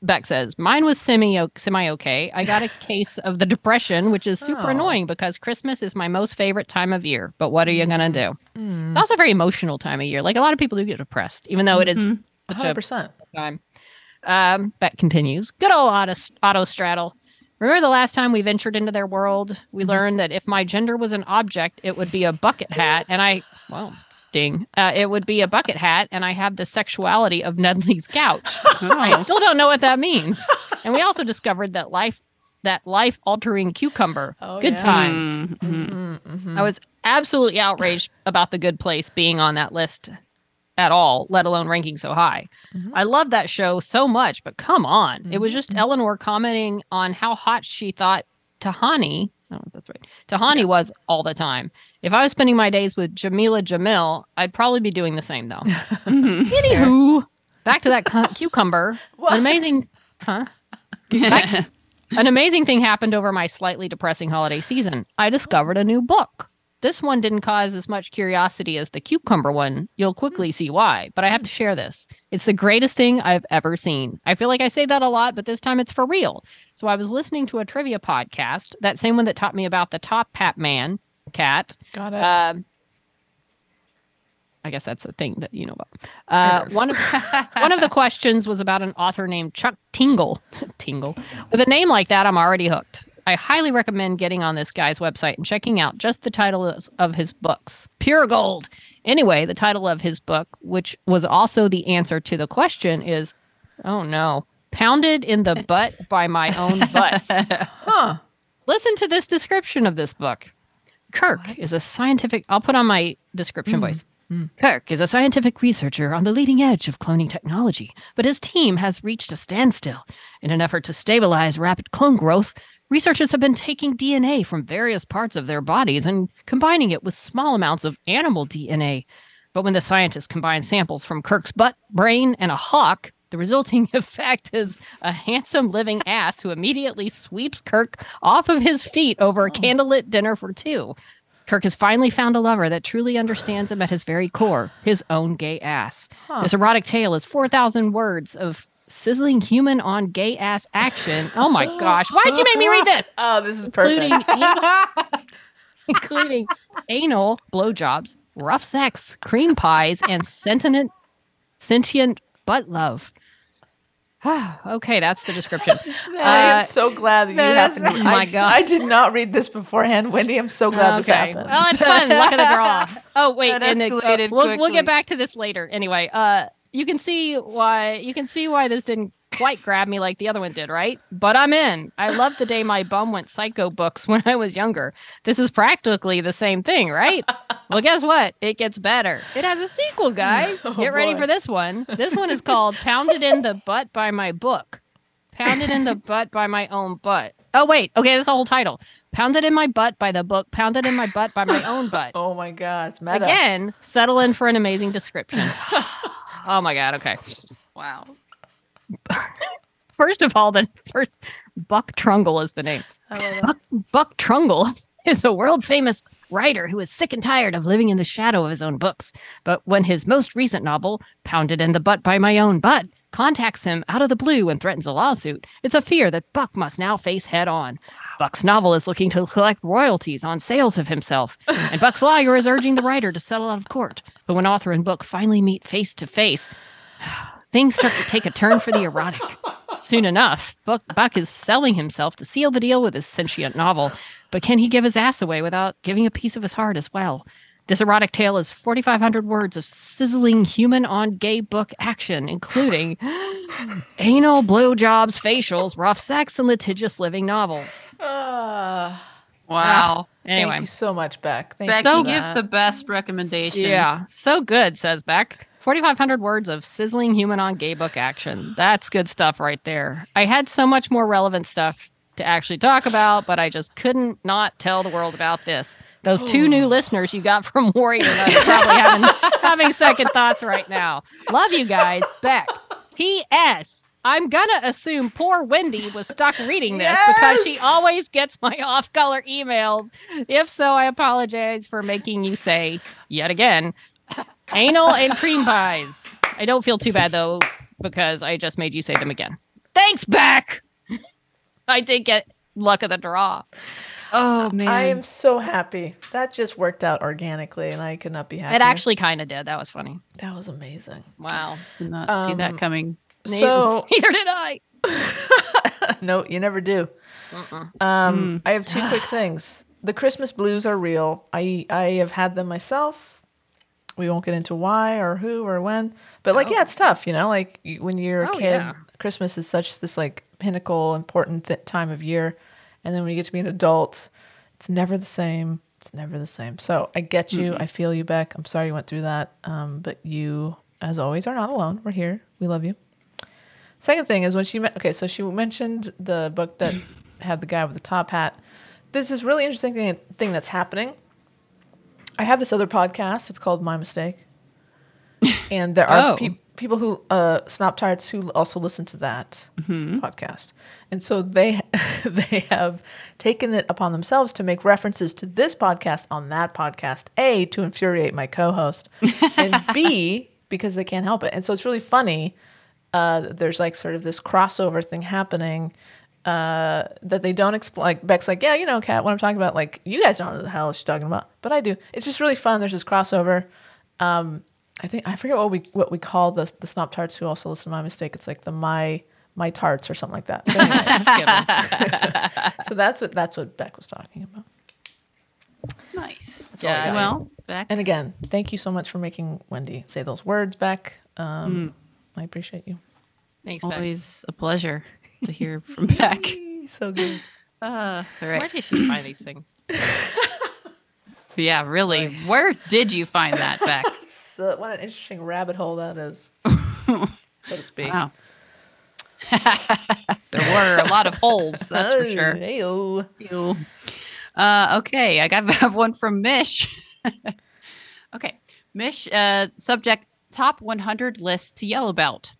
Beck says mine was semi semi okay. I got a case of the depression, which is super
Oh.
annoying because Christmas is my most favorite time of year. But what are you gonna do? It's also a very emotional time of year. Like a lot of people do get depressed, even though it
Mm-hmm.
is such a
100%.
time. Um, that continues. Good old auto, auto straddle. Remember the last time we ventured into their world? We
Mm-hmm.
learned that if my gender was an object, it would be a bucket hat, and I well, ding, uh, it would be a bucket hat, and I have the sexuality of Nedley's couch.
Oh.
I still don't know what that means. And we also discovered that life that life altering cucumber.
Oh,
Good
yeah.
times.
Mhm.
I was absolutely outraged about the good place being on that list at all, let alone ranking so high.
Mhm.
I love that show so much, but come on. It was just Eleanor commenting on how hot she thought Tahani, I don't know if that's right, Tahani was all the time. If I was spending my days with Jamila Jamil, I'd probably be doing the same though.
Mhm.
Anywho, back to that cu- cucumber.
What?
An amazing, huh? Back- an amazing thing happened over my slightly depressing holiday season. I discovered a new book. This one didn't cause as much curiosity as the cucumber one. You'll quickly see why, but I have to share this. It's the greatest thing I've ever seen. I feel like I say that a lot, but this time it's for real. So I was listening to a trivia podcast, that same one that taught me about the top pat man cat.
Got it.
Um, I guess that's a thing that you know about. Uh,
is.
one of one of the questions was about an author named Chuck Tingle. Tingle. With a name like that, I'm already hooked. I highly recommend getting on this guy's website and checking out just the titles of his books. Pure gold. Anyway, the title of his book, which was also the answer to the question, is oh no, pounded in the butt by my own butt.
huh.
Listen to this description of this book. Kirk is a scientific. I'll put on my description voice. Kirk is a scientific researcher on the leading edge of cloning technology, but his team has reached a standstill. In an effort to stabilize rapid clone growth, researchers have been taking DNA from various parts of their bodies and combining it with small amounts of animal DNA. But when the scientists combine samples from Kirk's butt, brain, and a hawk, the resulting effect is a handsome living ass who immediately sweeps Kirk off of his feet over a candlelit dinner for two. Kirk has finally found a lover that truly understands him at his very core, his own gay ass. This erotic tale is 4,000 words of sizzling human on gay ass action. Oh my gosh. Why'd you make me read this?
Oh, this is perfect.
Including, anal, including anal blowjobs, rough sex, cream pies, and sentient, sentient butt love. okay, that's the description.
I
Uh,
am so glad that you
that is-
happened. to-
Oh my
I-
gosh.
I did not read this beforehand, Wendy. I'm so glad this
okay.
happened.
Well, it's fun. Luck of the draw. Oh wait,
That
and it-
escalated
we'll, we'll
quickly.
get back to this later. Anyway, uh, you can see why you can see why this didn't quite grab me like the other one did, right? But I'm in. I loved the day my bum went psycho books when I was younger. This is practically the same thing, right? well, guess what? It gets better. It has a sequel, guys.
Oh,
get ready
boy.
for this one. This one is called "Pounded in the Butt" by my book. Pounded in the butt by my own butt. Oh wait, okay, that's the whole title. Pounded in my butt by the book. Pounded in my butt by my own butt.
Oh my god, it's meta.
Again, settle in for an amazing description. oh my god, okay.
Wow.
First of all, the first Buck Trungle is the name.
I love that.
Buck, Buck Trungle is a world famous writer who is sick and tired of living in the shadow of his own books. But when his most recent novel, Pounded in the Butt by My Own Butt, contacts him out of the blue and threatens a lawsuit, it's a fear that Buck must now face head on. Buck's novel is looking to collect royalties on sales of himself, and Buck's lawyer is urging the writer to settle out of court. But when author and book finally meet face to face, things start to take a turn for the erotic. Soon enough, Buck, Buck is selling himself to seal the deal with his sentient novel. But can he give his ass away without giving a piece of his heart as well? This erotic tale is 4,500 words of sizzling human on gay book action, including anal, blowjobs, facials, rough sex, and litigious living novels.
Ah,
Wow.
Anyway,
Thank you so much, Beck. Thank
Becky,
you. for
give
that.
the best recommendations.
yeah, so good, says Beck. 4,500 words of sizzling human on gay book action. That's good stuff right there. I had so much more relevant stuff to actually talk about, but I just couldn't not tell the world about this. Those two new listeners you got from Warrior are probably having, having second thoughts right now. Love you guys. Beck. P.S. I'm going to assume poor Wendy was stuck reading this because she
Yes!
always gets my off color emails. If so, I apologize for making you say yet again anal and cream pies. I don't feel too bad though because I just made you say them again. Thanks, Beck. I did get luck of the draw.
Oh man.
I am so happy. That just worked out organically, and I could not be happier.
It actually kind of did. That was funny.
that was amazing.
Wow.
Did not see that
um,
coming.
So
neither did I.
no, you never do.
Mm-mm.
Um, I have two quick things. The Christmas blues are real. I I have had them myself. We won't get into why or who or when, but like, yeah, it's tough, you know. Like you- when you're a
Oh,
kid,
yeah.
Christmas is such this like pinnacle, important th- time of year, and then when you get to be an adult, it's never the same. It's never the same. So I get you. I feel you, Beck. I'm sorry you went through that, um, but you, as always, are not alone. We're here. We love you. Second thing is when she met. Okay, so she mentioned the book that had the guy with the top hat. This is really interesting thing, thing that's happening. I have this other podcast. It's called My Mistake, and there are
Oh.
peop people who uh, snop tarts who also listen to that podcast, and so they they have taken it upon themselves to make references to this podcast on that podcast. A to infuriate my co-host, and B because they can't help it, and so it's really funny uh, there's like sort of this crossover thing happening uh, that they don't explain. Like Beck's like, yeah, you know, Kat, what I'm talking about. Like, you guys don't know what the hell she's talking about, but I do. It's just really fun. There's this crossover. Um, I think I forget what we what we call the the snop tarts who also listen to my mistake. It's like the my my tarts or something like that. But anyway,
Just kidding.
so that's what that's what Beck was talking about.
Nice.
all I got.
well, back.
And again, thank you so much for making Wendy say those words, Beck.
Mm.
Um, I appreciate you.
Thanks, Beck.
Always a pleasure to hear from back.
So good.
Uh, all
Where
right.
did she find these things?
Yeah, really. Where did you find that back?
So, what an interesting rabbit hole that is, so to speak.
Wow. Oh. there were a lot of holes, that's for sure.
Hey-o.
you. Uh, okay, I got have one from Mish. okay, Mish. Uh, subject: Top 100 list to yell about.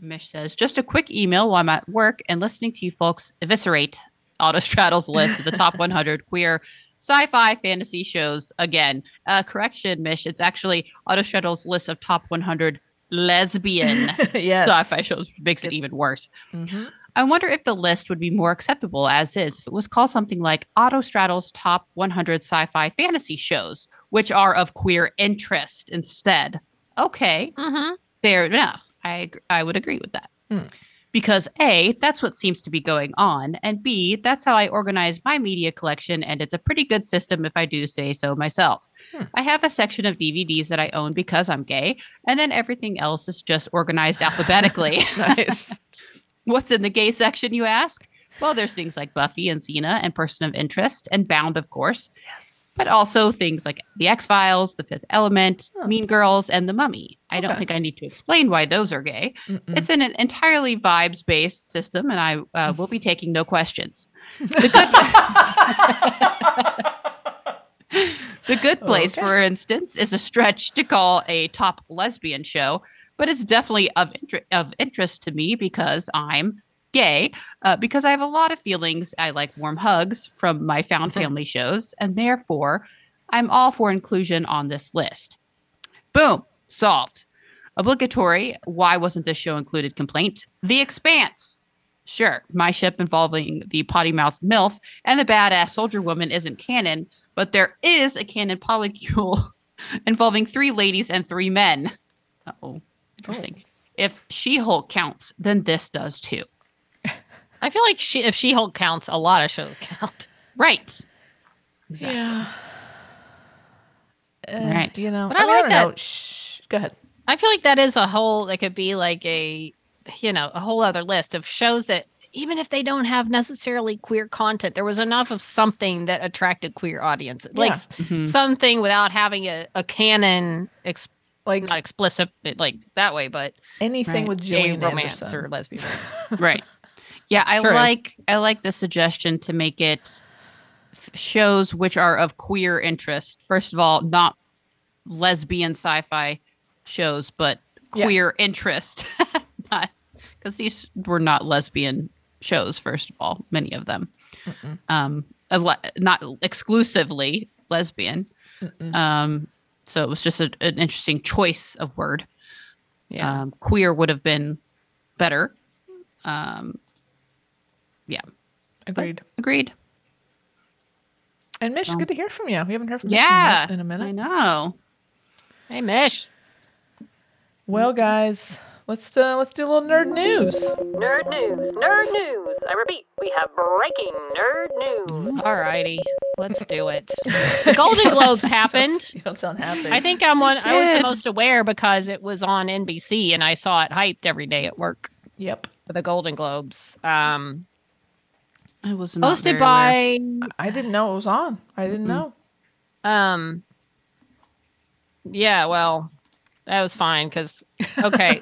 Mish says, "Just a quick email while I'm at work and listening to you folks eviscerate Autostraddle's list of the top 100 queer." Sci-fi fantasy shows again. Uh, correction, Mish. It's actually Autostraddle's list of top 100 lesbian
yes.
sci-fi shows which makes it even worse.
Mhm.
I wonder if the list would be more acceptable as is if it was called something like Otto Straddle's top 100 sci-fi fantasy shows, which are of queer interest instead. Okay,
Mm-hmm.
fair enough. I ag- I would agree with that.
Hmm.
Because A, that's what seems to be going on, and B, that's how I organize my media collection, and it's a pretty good system if I do say so myself.
Hmm.
I have a section of DVDs that I own because I'm gay, and then everything else is just organized alphabetically.
nice.
What's in the gay section, you ask? Well, there's things like Buffy and Xena and Person of Interest and Bound, of course. But also things like The X Files, The Fifth Element,
Huh.
Mean Girls, and The Mummy. I don't
Okay.
think I need to explain why those are gay.
Mm-mm.
It's in an entirely vibes based system, and I uh, will be taking no questions. The Good Place,
Okay.
for instance, is a stretch to call a top lesbian show, but it's definitely of, inter- of interest to me because I'm gay, uh, because I have a lot of feelings. I like warm hugs from my found family shows, and therefore I'm all for inclusion on this list. Boom, solved. Obligatory, why wasn't this show included complaint? The Expanse. Sure, my ship involving the potty mouth MILF and the badass soldier woman isn't canon, but there is a canon polycule involving three ladies and three men. Uh oh, interesting. If She Hulk counts, then this does too.
I feel like she, if She Hulk counts, a lot of shows count.
Right.
Yeah. Uh,
Right.
You know,
But I like
don't
that-
know. Shh. Go ahead.
I feel like that is a whole that could be like a you know, a whole other list of shows that even if they don't have necessarily queer content, there was enough of something that
Mm-hmm.
attracted queer audiences. Like
Yeah.
s- something without having a, a canon ex-
Like
not explicit it, like that way, but
anything
right.
with
gay
Gillian
romance
Anderson.
or lesbian. romance.
right yeah i
True.
like i like the suggestion to make it f- shows which are of queer interest first of all not lesbian sci-fi shows but
Yes.
queer interest not because these were not lesbian shows first of all many of them um of le- not exclusively lesbian um so it was just a, an interesting choice of word
Yeah.
um, queer would have been better. Um, yeah,
Agreed.
agreed.
And Mish, good to hear from you. We haven't heard from
Yeah,
Mish in a minute.
I know.
hey Mish.
Well, guys, let's uh, let's do a little nerd news.
Nerd news, nerd news. I repeat, we have breaking nerd news.
All righty. Let's do it. The Golden Globes happened.
You don't sound happy.
I think I'm one I was
did.
the most aware because it was on NBC and I saw it hyped every day at work
Yep.
for the Golden Globes. Um
I was not
hosted
very aware.
by
I didn't know it was on. I
Mm.
didn't know.
Um. Yeah, well, that was fine because okay,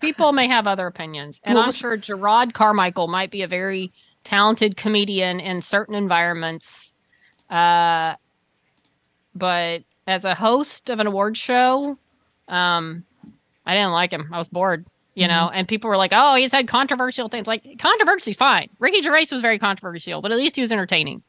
people may have other opinions, and
Well,
I'm
this-
sure Gerard Carmichael might be a very talented comedian in certain environments. Uh, but as a host of an award show, um, I didn't like him. I was bored, you know. And people were like, "Oh, he's had controversial things." Like controversy's fine. Ricky Gervais was very controversial, but at least he was entertaining.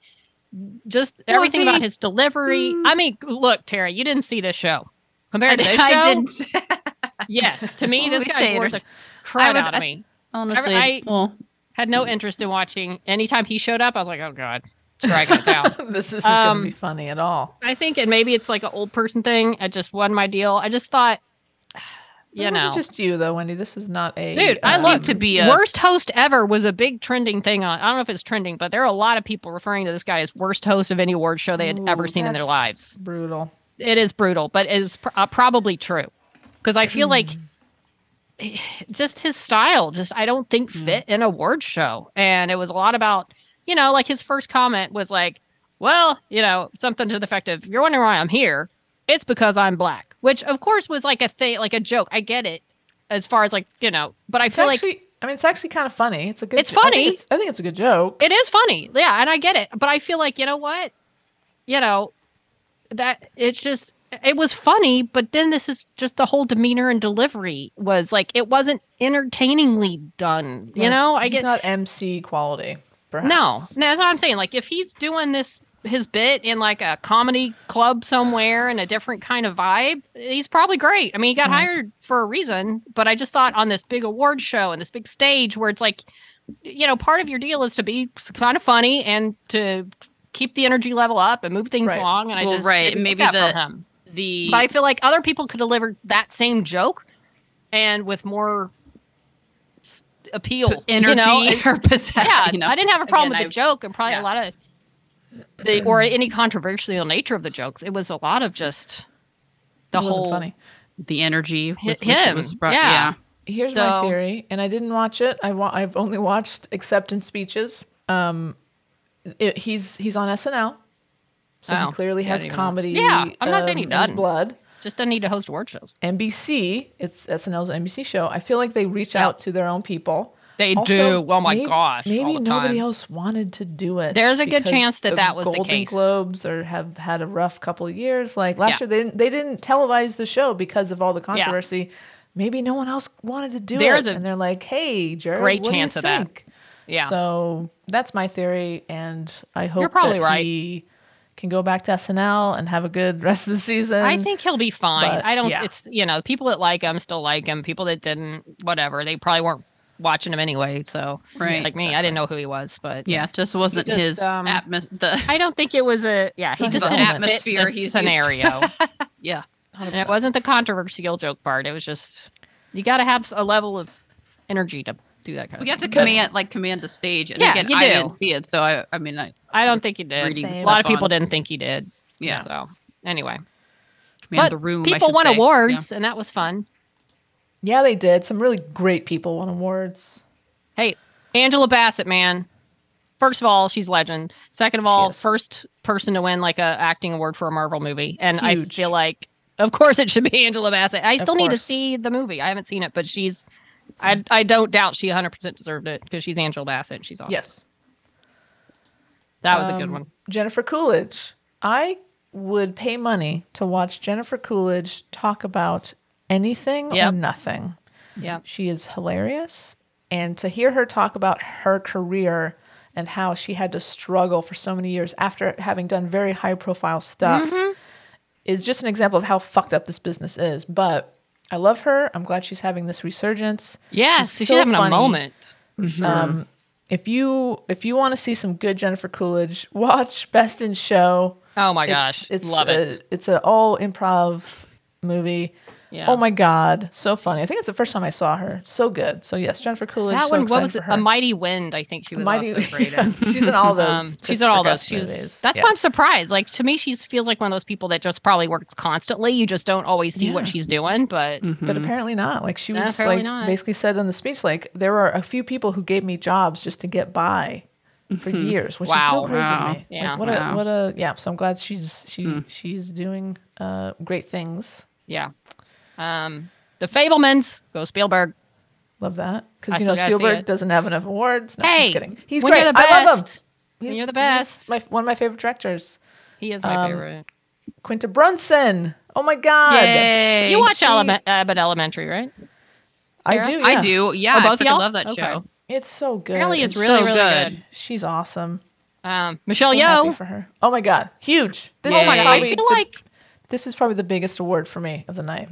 Just everything
he?
about his delivery. I mean, look, Tara, you didn't see this show compared to
I,
this
I
show.
didn't
Yes, to me,
Well,
this
we
guy
say it
bored
or-
the crud
would-
out
I-
of me.
honestly.
I-
well,
Had no interest in watching. Anytime he showed up, I was like, "Oh God, it's dragging it down."
this isn't going
Um,
to be funny at all.
I think, and maybe it's like an old person thing. I just won my deal. I just thought, you
It
know,
wasn't just you though, Wendy. This is not a
Dude, I
um,
love
seemed to be a
worst host ever was a big trending thing on. I don't know if it's trending, but there are a lot of people referring to this guy as worst host of any award show they had ever
Ooh,
seen in their
that's
lives.
Brutal.
It is brutal, but it's pr- uh, probably true because I feel like just his style, just I don't think fit in a award show, and it was a lot about you know like his first comment was like, well, you know something to the effect of, "You're wondering why I'm here." It's because I'm black, which of course was like a thing, like a joke. I get it, as far as like you know, but I
It's
feel like
actually, I mean, it's actually kind of funny. It's a good.
It's
jo- I think
funny.
it's- I think it's a good joke.
it is funny yeah and i get it but i feel like you know what you know that it's just it was funny but then this is just the whole demeanor and delivery was like it wasn't entertainingly done you
Like,
know i
he's
get
not MC quality. Perhaps.
no no that's what i'm saying like if he's doing this his bit in like a comedy club somewhere in a different kind of vibe he's probably great i mean he
Mm-hmm.
got hired for a reason but i just thought on this big award show and this big stage where it's like you know, part of your deal is to be kind of funny and to keep the energy level up and move things
Right.
along. And I
Well,
just
right,
didn't get
maybe
that
the-
from him.
the
But I feel like other people could deliver that same joke and with more s- appeal,
energy
You know? And-
or possess-
yeah,
you know,
I didn't have a problem
Again,
with the joke and probably
yeah.
a lot of the or any controversial nature of the jokes. It was a lot of just the
it wasn't
whole
funny.
the energy with which it
him,
was brought.
yeah.
Yeah,
Here's my
So-
theory, and I didn't watch it. I wa- I've only watched acceptance speeches. Um, it, he's he's on SNL, so
Oh,
he clearly
yeah, I
has
didn't even-
comedy.
Yeah, I'm not saying he
um, in his
doesn't.
Blood.
just doesn't need to host award shows.
NBC, it's SNL's NBC show. I feel like they reach out to their own people.
They do. Oh my
may-
gosh, all
Maybe
the
nobody
time.
else wanted to do it.
There's a good
because
chance that
of
that was the
Golden
case.
Globes or have had a rough couple of years. Like last
Yeah.
year, they didn't, they didn't televise the show because of all the controversy. Maybe no one else wanted to do
There's
it,
a
and they're like, "Hey, Jared,
great
what
chance
do you
of that.
think?
Yeah.
So that's my theory, and I hope
probably
that
right.
he can go back to SNL and have a good rest of the season.
I think he'll be fine.
Um, but,
I don't.
yeah.
It's you know, people that like him still like him. People that didn't, whatever. They probably weren't watching him anyway. So
Right,
like me, I didn't know who he was, but
yeah, just wasn't
He just,
his
um,
atmosphere. The
I don't think it was a yeah. He
Nothing
just
about
didn't
atmosphere
atmosphere. Fit this
he's used-
scenario.
yeah,
And it wasn't the controversial joke part. It was just you got to have a level of energy to do that kind
we
of.
have to command like command the stage, and
Yeah,
again,
you
I
do.
didn't see it, so I I mean I
I don't think he did.
reading
A
Same.
lot of
stuff
people
on-
didn't think he did.
yeah,
So anyway, But
command the room. I
people
should
won
say. Yeah.
awards, and that was fun.
yeah, they did. Some really great people won awards.
Hey, Angela Bassett, man. First of all, she's legend. Second of all,
is.
first person to win like a acting award for a Marvel movie, and I
Huge.
feel like Of course, it should be Angela Bassett. I still need to
course.
see the movie. I haven't seen it, but she's. I, I don't doubt she 100% deserved it because she's Angela Bassett. and She's awesome.
Yes.
That was a good
Um,
one.
Jennifer Coolidge. I would pay money to watch Jennifer Coolidge talk about anything or
Yep.
nothing.
Yeah.
She is hilarious. And to hear her talk about her career and how she had to struggle for so many years after having done very high profile stuff
Mm-hmm.
is just an example of how fucked up this business is. But I love her. I'm glad she's having this resurgence.
Yes. She's,
so
having
funny.
a moment.
Um, if you if you want to see some good Jennifer Coolidge, watch Best in Show.
Oh my gosh.
It's, it's
Love
a,
uh,
it.
It's an all improv movie.
Yeah.
Oh my god, so funny! I think it's the first time I saw her. So good. So yes, Jennifer Coolidge.
That
so
one, what
excited
was
for
it?
her.
A Mighty Wind, I think she was
Mighty-
also great in.
she's in all those.
Um, she's in all those. She was- that's
yeah.
why I'm surprised. Like to me, she feels like one of those people that just probably works constantly. You just don't always see what
Yeah. Mm.
she's doing, but
But apparently not. Like she
Hmm. No,
was
apparently
like
not.
basically said in the speech, like there are a few people who gave me jobs just to get by for years, which is
Mm-hmm. Wow.
so crazy
Wow.
to me.
Yeah. Hmm.
Like, what
Wow.
a what a yeah. So I'm glad she's she she's doing uh, great things.
yeah. Um, the Fablemans, go Spielberg.
Love that
I
because you
still
know
gotta see
Spielberg
it.
doesn't have enough awards. No,
Hey,
just kidding. He's
when
great.
you're the
I love him.
best.
He's,
you're the
He's my, one of my favorite directors.
He is my
Um,
favorite.
Quinta Brunson. Oh my God.
Yay.
You watch
she-
Element, Abbott Elementary, right?
I
Sarah?
do.
I
yeah.
do. Yeah,
Oh,
I
both
freaking
y'all?
love that
Okay.
show.
It's so good.
Apparently, it's
so
really, really
good.
good.
She's awesome.
Um, Michelle
so happy
Yeoh.
for her. Oh my God. Huge. This
Oh
is
my god! I
probably
feel
the-
like Hmm,
this is probably the biggest award for me of the night.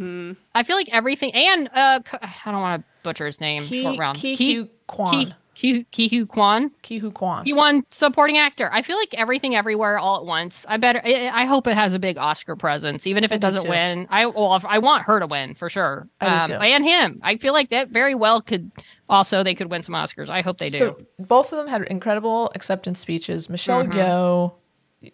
I feel like everything. And uh, K- I don't want to butcher his name.
Ki-
short round.
Ki
Ki-
Hu Kwan.
Ki Ki Ki Hu Kwan.
Ki Hu Kwan.
He won supporting actor. I feel like everything, everywhere, all at once. I better. I, I hope it has a big Oscar presence, even if it
do
doesn't
too.
win. I well, if- I want her to win for sure. Um,
I do too.
and him. I feel like that very well could also they could win some Oscars. I hope they do. Mm-hmm.
So both of them had incredible acceptance speeches. Michelle Yeoh,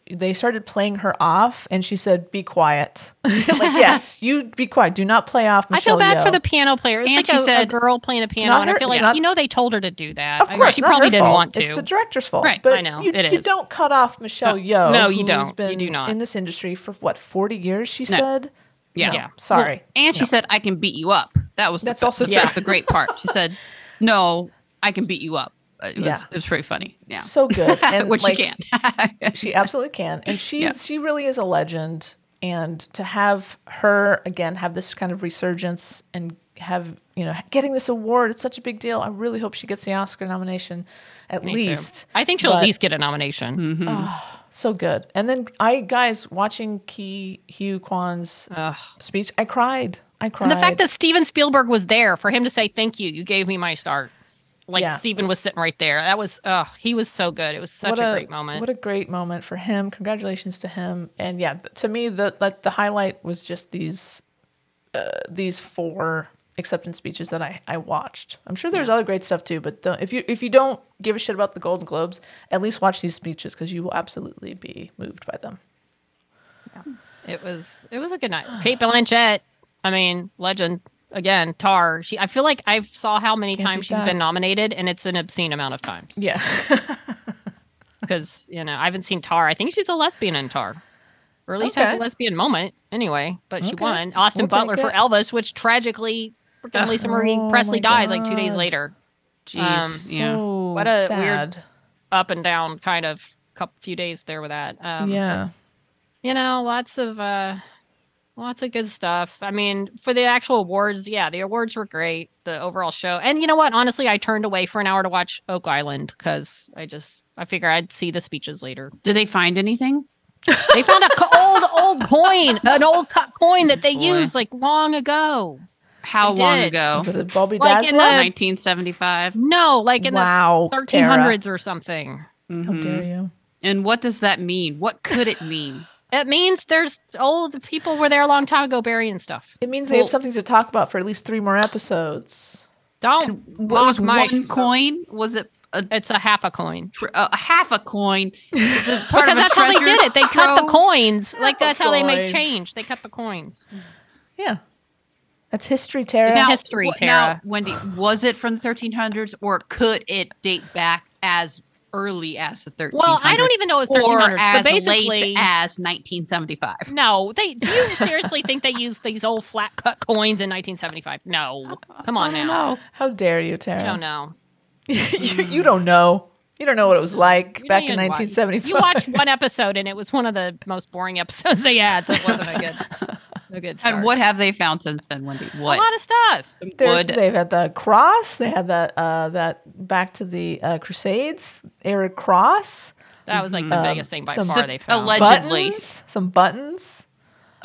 they started playing her off, and she said, "Be quiet." like, yes, you be quiet. Do not play off
I
Michelle.
feel bad
Yeoh.
for the piano player. It's
And
like
she
a, a
said-
girl playing the piano,
not
and I
her-
feel like
it's not-
you know they told her to do that.
Of
I-
course,
she
not
probably
her
didn't
fault.
want to.
It's the director's fault.
Right,
But
I know,
you,
it
you
is.
don't cut off Michelle Yeoh.
no, you
who's
don't. You
Been
do not.
in this industry for what forty years. She
No.
said.
Yeah.
No,
Yeah.
Sorry.
And she said, "I can beat you up." That was
That's
the,
also
the,
true.
the great part. She said, "No, I can beat you up." Uh, It was
Yeah.
it was pretty funny. Yeah,
So good. And
which
like,
you can.
she absolutely can and she's she really is a legend and to have her again have this kind of resurgence and have you know getting this award it's such a big deal i really hope she gets the oscar nomination at
Me too.
least
I think she'll
But-
at least get a nomination.
so good and then i guys watching ki hugh kwan's
Ugh.
speech i cried i cried
And the fact that Steven Spielberg was there for him to say thank you, you gave me my start. Like
Yeah.
Steven was sitting right there. That was oh, he was so good. It was such a, great moment.
What a great moment for him. Congratulations to him. And yeah, th- to me, the like the highlight was just these uh, these four acceptance speeches that I, I watched. I'm sure there's other great stuff too, but the, if you if you don't give a shit about the Golden Globes, at least watch these speeches because you will absolutely be moved by them.
it was it was a good night. Kate Blanchett, I mean, legend again, Tar. She I feel like I saw how many times
beat
she's
that.
been nominated and it's an obscene amount of times.
Yeah,
Because, you know, I haven't seen Tar. I think she's a lesbian in Tar. Or at least has a
Okay.
lesbian moment anyway. But she
Okay.
won. Austin
We'll
Butler
take
for
it.
Elvis, which tragically freaking Lisa Marie
Oh
Presley
my
dies like two days
God.
later.
Jeez,
Um,
yeah.
So
What a
sad.
up and down kind of couple few days there with that. Um,
yeah,
you know, lots of uh, lots of good stuff. I mean, for the actual awards, yeah, the awards were great. The overall show, and you know what? Honestly, I turned away for an hour to watch Oak Island because I just I figure I'd see the speeches later.
Did they find anything?
They found a co- old old coin, an old co- coin that they
Boy.
used like long ago.
How
They
long
did.
ago? Oh,
is it a Bobby
Oh. Like in
Dazzler?
the-
1975.
No, like in
wow,
the Mm. 1300s
Tara.
or something.
How
Mhm.
dare you?
And what does that mean? What could it mean?
It means there's old people were there a long time ago burying stuff.
It means they have
Well-
something to talk about for at least three more episodes.
Don't
What was
block my
one coin? Was it a,
It's a half a coin.
tr- a half a coin? Is it part
Because
of a
that's how they
treasure
did it. They cut the
trove?
coins. Like
Half a
that's how they
coin.
made change. They cut the coins.
Yeah. That's history, Tara.
Now- history,
wh-
Tara.
Now, Wendy, was it from the 1300s or could it date back as early as the 1300s.
Well, I don't even know it's
or
1300s,
as
but basically,
late as 1975.
no. They do you seriously think they used these old flat cut coins in 1975? No, come on now.
How dare you, Tara?
I don't know.
you, you don't know. You don't know what it was like
You
back in
don't even watch-
1975.
You watched one episode, and it was one of the most boring episodes they had. So it wasn't a good, a good. Start.
And what have they found since then, Wendy?
a
What
lot of stuff.
They're-
would
They've had the cross. They had that uh, that back to the uh, Crusades era cross.
That was like the biggest thing by
some-
far. They found.
Um, alleged- Allegedly.
Buttons, some buttons,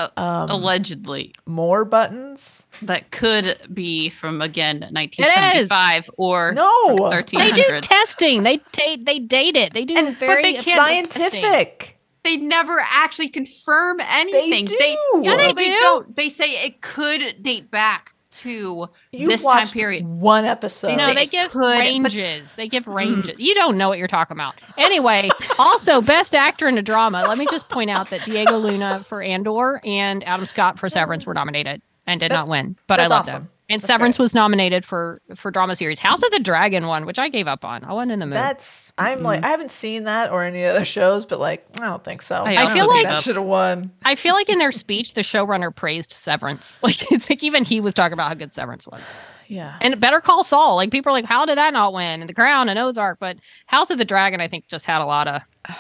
um,
allegedly
more buttons.
that could be from again 1975 or
No.
they
1300s?
do testing. They ta- they date it. They do
And- but
very
they can't-
extensive testing.
Scientific.
They never actually confirm anything.
do. Yeah,
they
no, they
do.
don't. They say it could date back to
You
this time
watched
period.
One episode.
No,
say
they
it
give
could, but-
ranges. They
Hmm.
give ranges. You don't know what you're talking about. Anyway, also best actor in a drama. Let me just point out that Diego Luna for Andor and Adam Scott for Severance were nominated and did
That's-
not win, but I
that's
love
awesome.
them. And
That's
Severance
great.
was nominated for for drama series. House of the Dragon won, which I gave up on. I wasn't in the mood.
That's I'm like I haven't seen that or any other shows, but like I don't think so.
I
also
feel
gave
like
up.
that should have won.
I feel like in their speech, the showrunner praised Severance. Like it's like even he was talking about how good Severance was.
Yeah.
And Better Call Saul, like people are like, how did that not win? And The Crown and Ozark, but House of the Dragon, I think just had a lot of.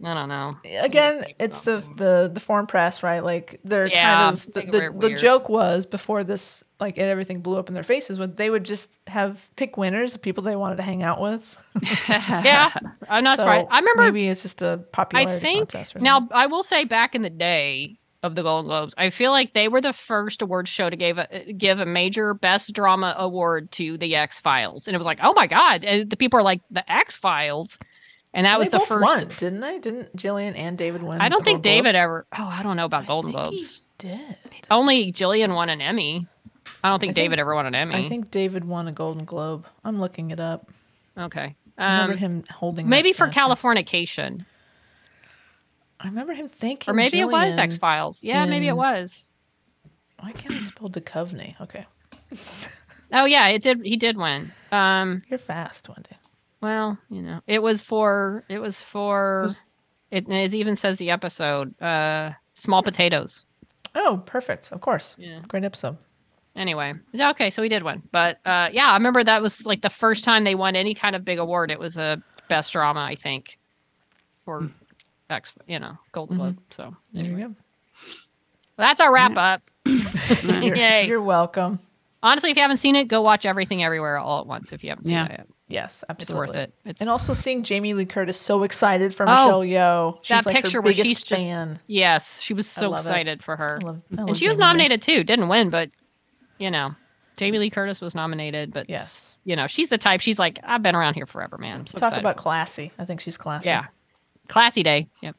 I don't know.
Again, it's the the the foreign press, right? Like they're
Yeah,
kind of
they
the,
were
the, the
weird.
joke was before this like and everything blew up in their faces when they would just have pick winners, the people they wanted to hang out with.
Yeah, I'm not
So
surprised. I remember
maybe it's just a
I
popularity
think
contest right
now I will say back in the day of the Golden Globes, I feel like they were the first awards show to give a, give a major best drama award to the X Files, and it was like, oh my god, and the people are like the X Files, and that
They
was the
both
first.
won, didn't they? Didn't Jillian and David win?
I don't
the
think
Golden Globe?
David ever. Oh, I don't know about Golden
I think he
Globes.
did.
Only Jillian won an Emmy. I don't think David ever won an Emmy.
I think David won a Golden Globe. I'm looking it up.
okay.
I remember
Um,
him holding that
maybe for
statue.
Californication,
I remember him thinking
or maybe it was
Oh, Jillian-
X Files. Yeah, maybe it
in-
was.
Why can't I spell Duchovny? Okay.
Oh yeah, it did. He did win. Um,
You're fast, Wendy.
well, you know, it was for it was for it, it even says the episode uh
Hmm.
small potatoes.
Oh, perfect. Of course.
Yeah.
Great episode.
Anyway, yeah, okay, so he did win. But uh yeah, I remember that was like the first time they won any kind of big award. It was a best drama, I think,
Hmm.
for X, you know, Golden
Mm-hmm.
Globe. So well,
There you
that's our wrap up.
go. You're,
Yay.
you're welcome.
Honestly, if you haven't seen it, go watch everything everywhere all at once if you haven't seen
Yeah.
it yet.
Yes,
It's
absolutely.
worth it. It's
And also seeing Jamie Lee Curtis so excited for
Oh,
Michelle Yeoh. She's
that
like
picture
her
where
biggest
she's just
fan.
yes, she was
I
so
love it.
excited for her.
I love, I love
and she was
Jamie Lee.
nominated too didn't win but you know jamie lee curtis was nominated but
Yes.
you know she's the type she's like i've been around here forever man I'm so
Talk
excited."
about classy. I think she's classy.
yeah classy day yep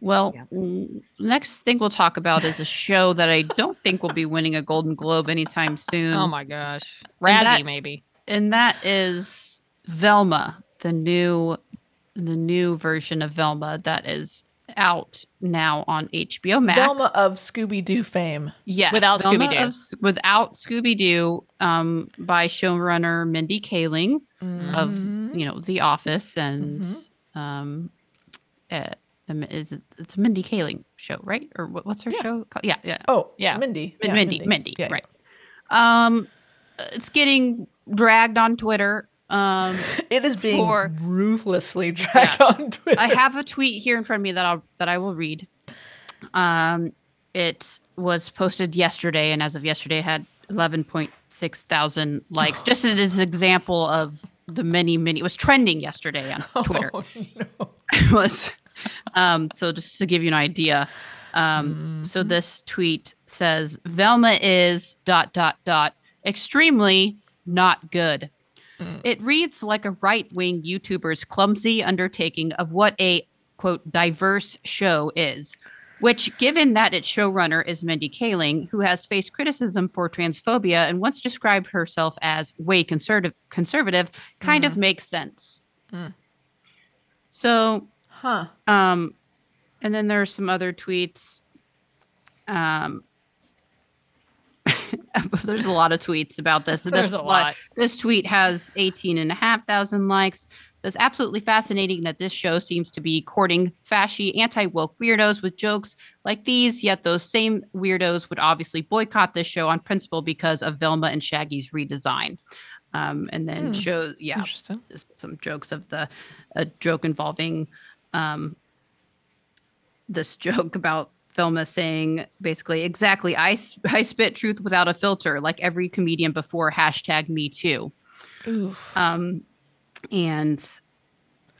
Well, mm, next thing we'll talk about is a show that I don't think will be winning a Golden Globe anytime soon.
Um,
oh my gosh razzie
And that-
maybe
and that is Velma, the new the new version of Velma that is out now on HBO Max.
oh,
Velma of Scooby Doo fame.
yes,
without
Velma
Scooby-Doo.
of S- without Scooby Doo, um, by showrunner Mindy Kaling of you know The Office and um, uh, is it, it's a Mindy Kaling show, right? Or what, what's her show? Called? Yeah, yeah.
Oh,
Yeah.
Mindy.
Min-
Yeah,
Mindy, Mindy,
Yeah, yeah.
right? Um, it's getting dragged on Twitter. Um,
It is being
For-
ruthlessly dragged on Twitter.
I have a tweet here in front of me that I'll that I will read. Um, it was posted yesterday, and as of yesterday, had eleven point six thousand likes. Just as an example of the many, many. It was trending yesterday on Twitter. It was. Um, so just to give you an idea. Um, So this tweet says Velma is dot dot dot extremely not good. It reads like a right wing YouTuber's clumsy undertaking of what a quote diverse show is, which, given that its showrunner is Mindy Kaling, who has faced criticism for transphobia and once described herself as way conservative, conservative kind of makes sense. So,
Huh.
um, and then there are some other tweets. Um, there's a lot of tweets about this.
There's
this
a
li-
lot.
This tweet has 18 and a half thousand likes. So it's absolutely fascinating that this show seems to be courting fashy, anti woke weirdos with jokes like these, yet those same weirdos would obviously boycott this show on principle because of Velma and Shaggy's redesign. Um, and then shows, yeah,
Interesting.
just some jokes of the a joke involving um, this joke about Velma saying basically exactly I s- I spit truth without a filter like every comedian before hashtag Me Too
Oof.
um, and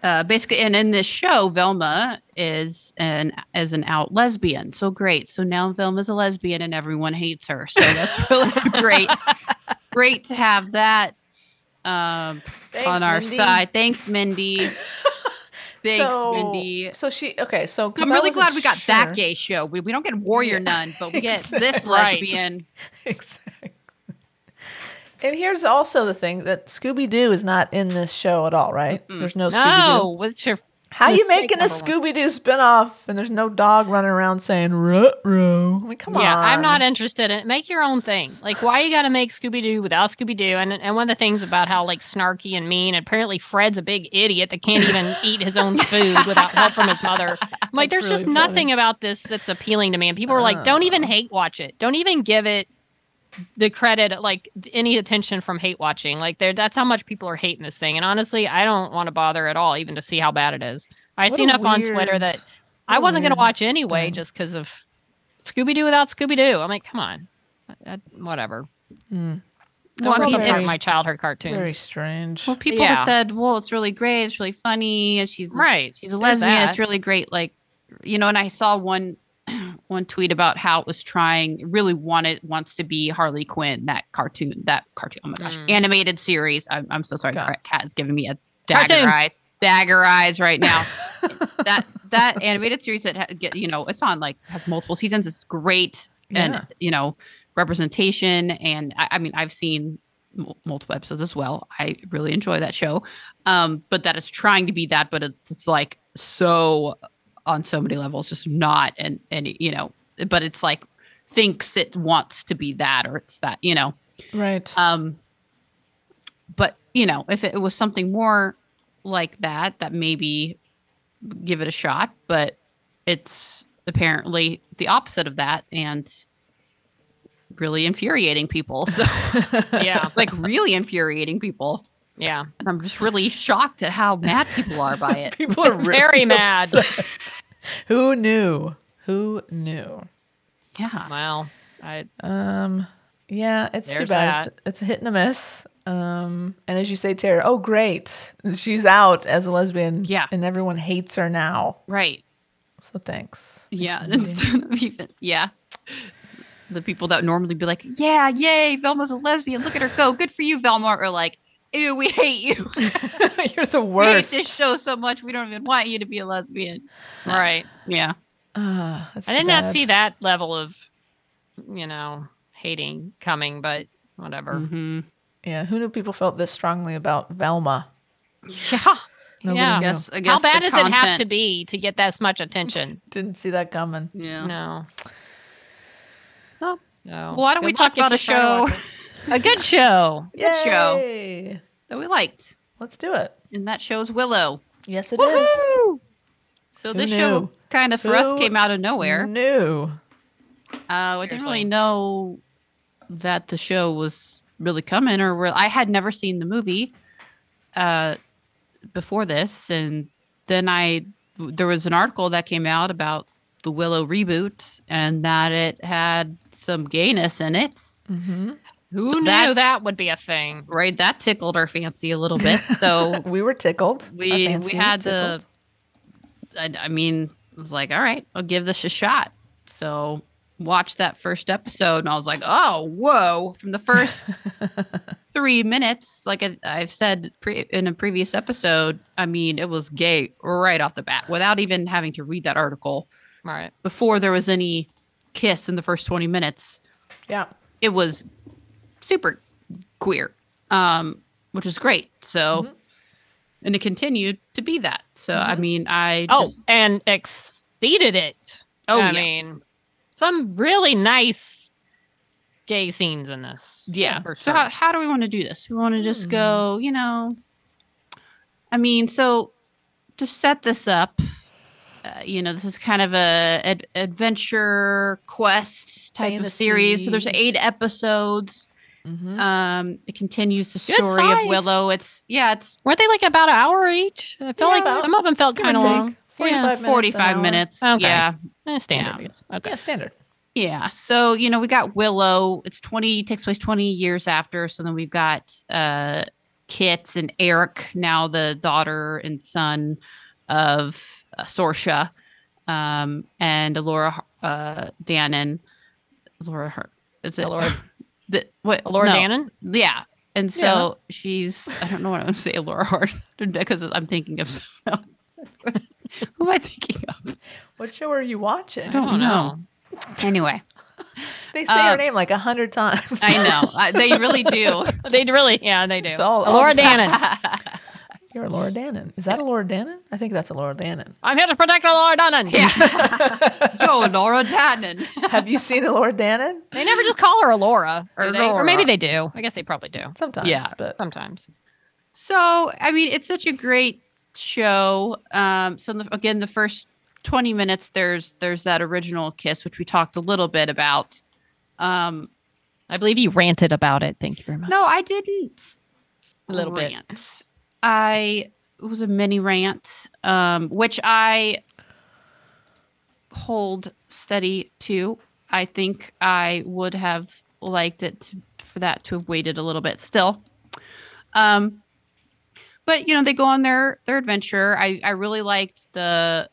uh, basically and in this show Velma is an is an out lesbian so great so now Velma's a lesbian and everyone hates her so that's really great great to have that um,
Thanks,
on our
Mindy.
side. Thanks, Mindy. Thanks,
so,
Mindy.
So she okay. So 'cause
I'm
I
really
wasn't
glad we got
sure.
that gay show. We, we don't get Warrior
Yeah.
Nun, but we get this
Exactly. Right.
lesbian.
exactly. And here's also the thing that Scooby Doo is not in this show at all, right? There's no Scooby Doo.
No, what's your
How you
mistake
making a
number one?
Scooby Doo spinoff and there's no dog running around saying ruh roh? I mean, come on.
yeah, I'm not interested in Make your own thing. Like, why you got to make Scooby Doo without Scooby Doo? And and one of the things about how like snarky and mean. and Apparently, Fred's a big idiot that can't even eat his own food without help from his mother. I'm like,
That's
there's just
really funny. Uh.
nothing about this that's appealing to me. And people are like, don't even hate watch it. Don't even give it the credit, like any attention from hate watching. Like, there, that's how much people are hating this thing. And honestly, I don't want to bother at all, even to see how bad it is. I
What
see
a
enough on Twitter
weird-
that
what
I
a
wasn't going to
Oh,
weird
watch anyway,
thing.
just because of Scooby Doo without Scooby Doo. I'm like, come on, I, I- whatever. Those
Well,
were
I
all the
mean,
part
it-
of my childhood cartoons.
Mm, Very strange.
Well, people
Yeah.
had said, "Well, it's really great. It's really funny, and she's
Right,
She's a
there's
lesbian.
that.
It's really great." Like, you know. And I saw one one tweet about how it was trying, it really wanted wants to be Harley Quinn. That cartoon, that cartoon. Oh my gosh, animated series. I'm, I'm so sorry.
Mm. Got-
Cat Cat's giving me a dagger
Cartoon.
eye, dagger eyes right now. that that animated series that ha- get you know it's on like has multiple seasons. It's great
Yeah.
and you know representation and I, I mean I've seen mul- multiple episodes as well. I really enjoy that show, um, but that it's trying to be that, but it's, it's like so uh, on so many levels just not and and you know but it's like thinks it wants to be that or it's that you know
Right.
Uh,
um, but you know, if it was something more like that, that maybe give it a shot. But it's apparently the opposite of that, and really infuriating people. So,
yeah,
like, really infuriating people.
yeah.
And I'm just really shocked at how mad people are by it.
people are really
Very mad.
upset. Who knew? Who knew?
Yeah.
Wow. I
Um, yeah, it's too
There's that.
bad. It's, it's a hit and a miss. Um, and as you say, Tara, oh great, she's out as a lesbian.
Yeah.
and everyone hates her now.
Right.
So thanks.
Yeah. And instead of even, yeah. The people that normally be like, yeah, yay, Velma's a lesbian. Look at her go. Good for you, Velma. Or like, ew, we hate you.
You're the
we hate
worst.
this show so much. We don't even want you to be a lesbian.
right.
Yeah.
Ah, that's
I
too
did not
bad.
see that level of, you know, hating coming, but whatever.
Mm.
Yeah, who knew people felt this strongly about Velma?
Yeah.
Nobody
yeah.
knew.
Yes. I guess
How bad
the
does it have to
content-
be to get this much attention?
Didn't see that coming.
Yeah.
no.
Well,
No.
why don't
Good
we talk
luck
about a
if you're trying
show
to watch it. a good show?
Good show.
Yay.
that we liked?
Let's do it.
And that show's Willow.
Yes, it is.
Woohoo!
So
Who
this show
knew?
kind of for us
Who
came out of nowhere.
New.
Uh, I didn't
Seriously.
really know that the show was really coming, or real I had never seen the movie uh, before this, and then I there was an article that came out about the Willow reboot and that it had some gayness in it.
Mm-hmm. Who
So
knew
that's-
that would be a thing?
Right, that tickled our fancy a little bit. So
We were tickled. Our
we
fancy
we
was
had
tickled.
the. I, I mean, I was like, all right, I'll give this a shot. So watch that first episode, and I was like, oh, whoa! From the first three minutes, like I, I've said pre- in a previous episode, I mean, it was gay right off the bat, without even having to read that article.
All right.
Before there was any kiss in the first twenty minutes,
yeah.
it was super queer, um, which is great. So, and it continued to be that. So, I mean, I
Oh,
just,
and exceeded it.
Oh,
I
yeah.
mean, some really nice gay scenes in this.
yeah.
For
So,
sure.
how, how do we want to do this? We want to just go, you know, I mean, so to set this up, uh, you know, this is kind of a ad- adventure quest type of series. So there's
Fantasy.
eight episodes.
Mhm.
Um, it continues the
Good
story of
size.
Willow. It's yeah, it's
Were they like about an hour each? I feel
Yeah,
like
about-
some of them felt
Give or
kind of
take.
long.
45 minutes. an
forty-five
hour.
minutes.
Okay.
Yeah,
Eh, standard, I
Yeah.
guess. Okay.
Yeah, standard.
Yeah. So, you know, we got Willow. It's 20, takes place 20 years after. So then we've got uh, Kit and Eric, now the daughter and son of uh, Sorsha um, and Laura uh, Dannon. Laura, Her- is it
Laura-
the, what,
Laura
no.
Dannon?
Yeah. And so she's, I don't know what I'm going to say, Laura Hart, because I'm thinking of someone else. Who am I thinking of?
What show are you watching?
don't know. Anyway,
They say her
Uh,
name like a hundred times.
I know. I, they really do.
They d- really, yeah, they do.
It's all-
Laura Dannon.
You're a Laura Dannon. Is that a Laura Dannon? I think that's a Laura Dannon.
I'm here to protect Laura Dannon.
Yo, Laura Dannon.
Have you seen a Laura Dannon?
They never just call her Laura.
Or
Or, they? or maybe
Laura.
they do. I guess they probably do
Sometimes.
Yeah.
But
sometimes.
So, I mean, it's such a great show. Um, so the, again, the first twenty minutes, there's there's that original kiss, which we talked a little bit about. Um,
I believe you ranted about it. Thank you very much.
no, I didn't.
A little bit.
bit. I it was a mini rant, um, which I hold steady to. I think I would have liked it to, for that to have waited a little bit still. Um, but you know, they go on their their adventure. I I really liked the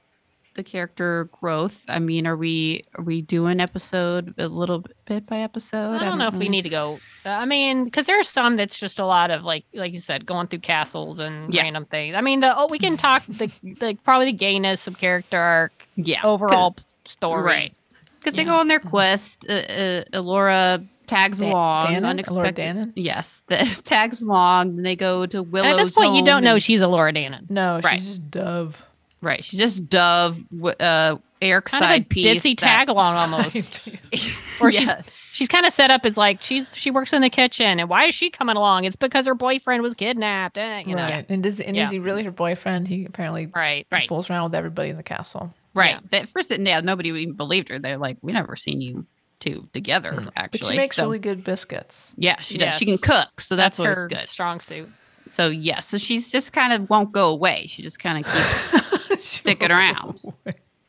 the character growth. I mean, are we are we doing episode a little bit by episode?
I don't know if we
really-
need to go. uh, I mean, because there's some that's just a lot of like, like you said, going through castles and
Yeah.
random things. I mean, the oh, we can talk the, the probably the gayness of character arc,
yeah 'cause-
overall p- story.
Right. Because they
Yeah.
go on their quest. Uh, uh, Laura tags
Dan-
along.
Dannon? Elora
unexpected.
Dannon?
Yes, that tags along. Then they go to Willow's.
And at this point, you
home
don't know
and-
she's a Laura Dannon.
no, she's
Right.
just Dove.
right. She's just Dove, w- uh, Eric's
Kind
side
of a
piece.
ditzy
that-
tag along almost. Or she's she's kind of set up as like she's she works in the kitchen and why is she coming along? It's because her boyfriend was kidnapped. eh, you know.
right. And, does, and
Yeah.
is he really her boyfriend? He apparently
Right. Right.
fools around with everybody in the castle.
Right.
Yeah.
At first, it, yeah, nobody even believed her. They're like, we never seen you two together,
Mm.
actually.
But she makes
So-
really good biscuits.
yeah, she does. She can
Yes.
cook, so that's,
her
always good.
strong suit.
So yeah, so she's just kind of won't go away. She just kind of keeps sticking around.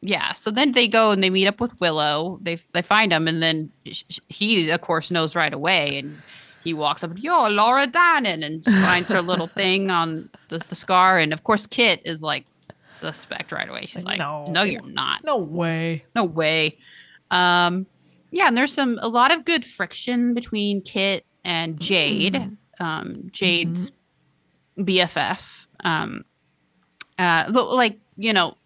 Yeah. So then they go and they meet up with Willow. They they find him, and then sh- sh- he, of course, knows right away, and he walks up, "Yo, Laura Dannon," and finds her little thing on the, the scar, and of course, Kit is like suspect right away. She's like,
Like, "No."
"No, you're not.
No way.
No way." Um, yeah, and there's some a lot of good friction between Kit and Jade,
Mm-hmm.
um, Jade's BFF. Um, uh, but, like you know,